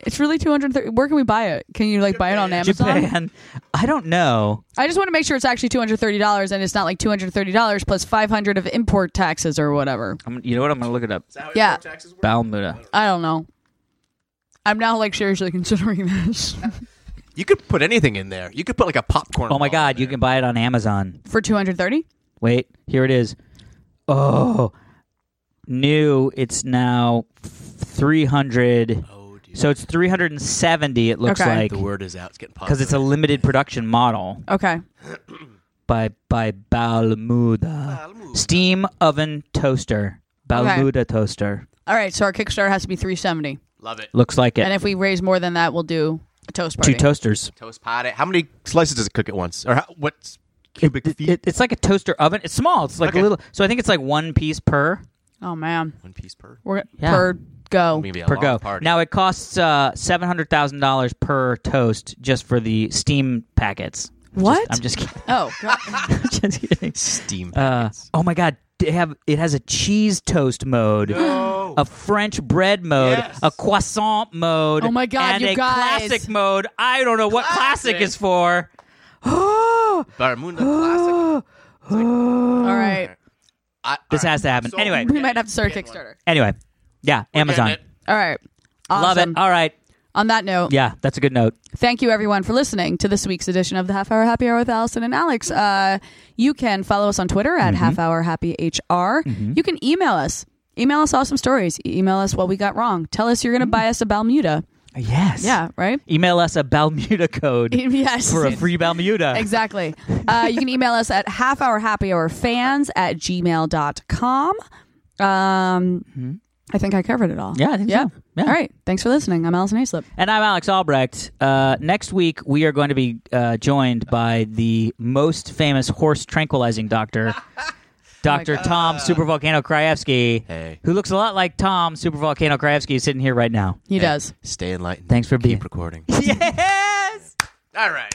S1: It's really 230. Where can we buy it? Can you like buy it on Amazon?
S2: Japan, I don't know.
S1: I just want to make sure it's actually $230 and it's not like $230 plus 500 of import taxes or whatever.
S2: I'm, you know what? I'm gonna look it up.
S1: Yeah.
S2: Balmuda.
S1: I don't know. I'm now like seriously considering this
S3: You could put anything in there. You could put like a popcorn.
S2: Oh my
S3: ball in
S2: God, you
S3: there.
S2: can buy it on Amazon.
S1: for 230.
S2: Wait, here it is. Oh, new. It's now three hundred.
S3: Oh, dear.
S2: So it's three hundred and seventy. It looks
S1: Okay.
S2: like
S3: the word is out. It's getting popular.
S2: because it's a limited production model
S1: Okay.
S2: by by
S3: Ah,
S2: Balmuda steam oven toaster. Balmuda toaster
S1: All right, so our Kickstarter has to be 370.
S3: love it.
S2: looks like
S1: And
S2: it.
S1: if we raise more than that, we'll do a toast
S2: Two
S1: party.
S2: toasters.
S3: Toast party. How many slices does it cook at once? Or how, what's cubic feet?
S2: It, it's like a toaster oven. It's small. It's like
S3: Okay.
S2: a little. So I think it's like one piece per.
S1: oh man.
S3: One piece per.
S1: We're
S2: Yeah.
S1: per go.
S3: Maybe a
S2: per
S3: long
S2: go.
S3: party.
S2: Now it costs uh, seven hundred thousand dollars per toast just for the steam packets. I'm
S1: What?
S2: just- I'm just,
S1: Oh, God.
S2: kidding. just kidding.
S3: steam.
S2: Uh,
S3: packets.
S2: oh my god, they have it has a cheese toast mode, a French bread mode,
S3: Yes.
S2: a croissant mode.
S1: Oh my God,
S2: and
S1: you
S2: a
S1: guys.
S2: classic mode. I don't know what classic,
S3: Classic.
S2: is for.
S3: Barramunda classic.
S1: all right.
S3: I,
S2: This
S3: all right.
S2: has to happen.
S3: So-
S2: anyway,
S1: We might have to start a Kickstarter.
S2: anyway, yeah, Amazon,
S3: Getting it.
S1: All right.
S2: love it.
S1: Awesome.
S2: All right,
S1: On that note,
S2: yeah, that's a good note.
S1: Thank you, everyone, for listening to this week's edition of the Half Hour Happy Hour with Allison and Alex. Uh, you can follow us on Twitter
S2: Mm-hmm.
S1: at Half Hour Happy HR. You can email us. Email us awesome stories. E- Email us what we got wrong. Tell us you're
S2: Mm.
S1: going to buy us a Balmuda.
S2: Yes.
S1: Yeah, right?
S2: Email us a Balmuda code
S1: yes.
S2: for a free Balmuda.
S1: exactly. Uh, you can email us at half hour happy hour fans at gmail.com. Um, I think I covered it all.
S2: Mm-hmm. Yeah, I think so. Yeah.
S1: All right. Thanks for listening. I'm Allison Aislip.
S2: And I'm Alex Albrecht. Uh, next week, we are going to be uh, joined by the most famous horse tranquilizing doctor, Dr.
S1: God.
S2: Tom Supervolcano Kraevsky,
S3: Hey.
S2: who looks a lot like Tom Supervolcano Kraevsky sitting here right now.
S1: He does.
S3: Stay enlightened.
S2: Thanks for being-
S3: Keep recording.
S2: Yes!
S3: All right.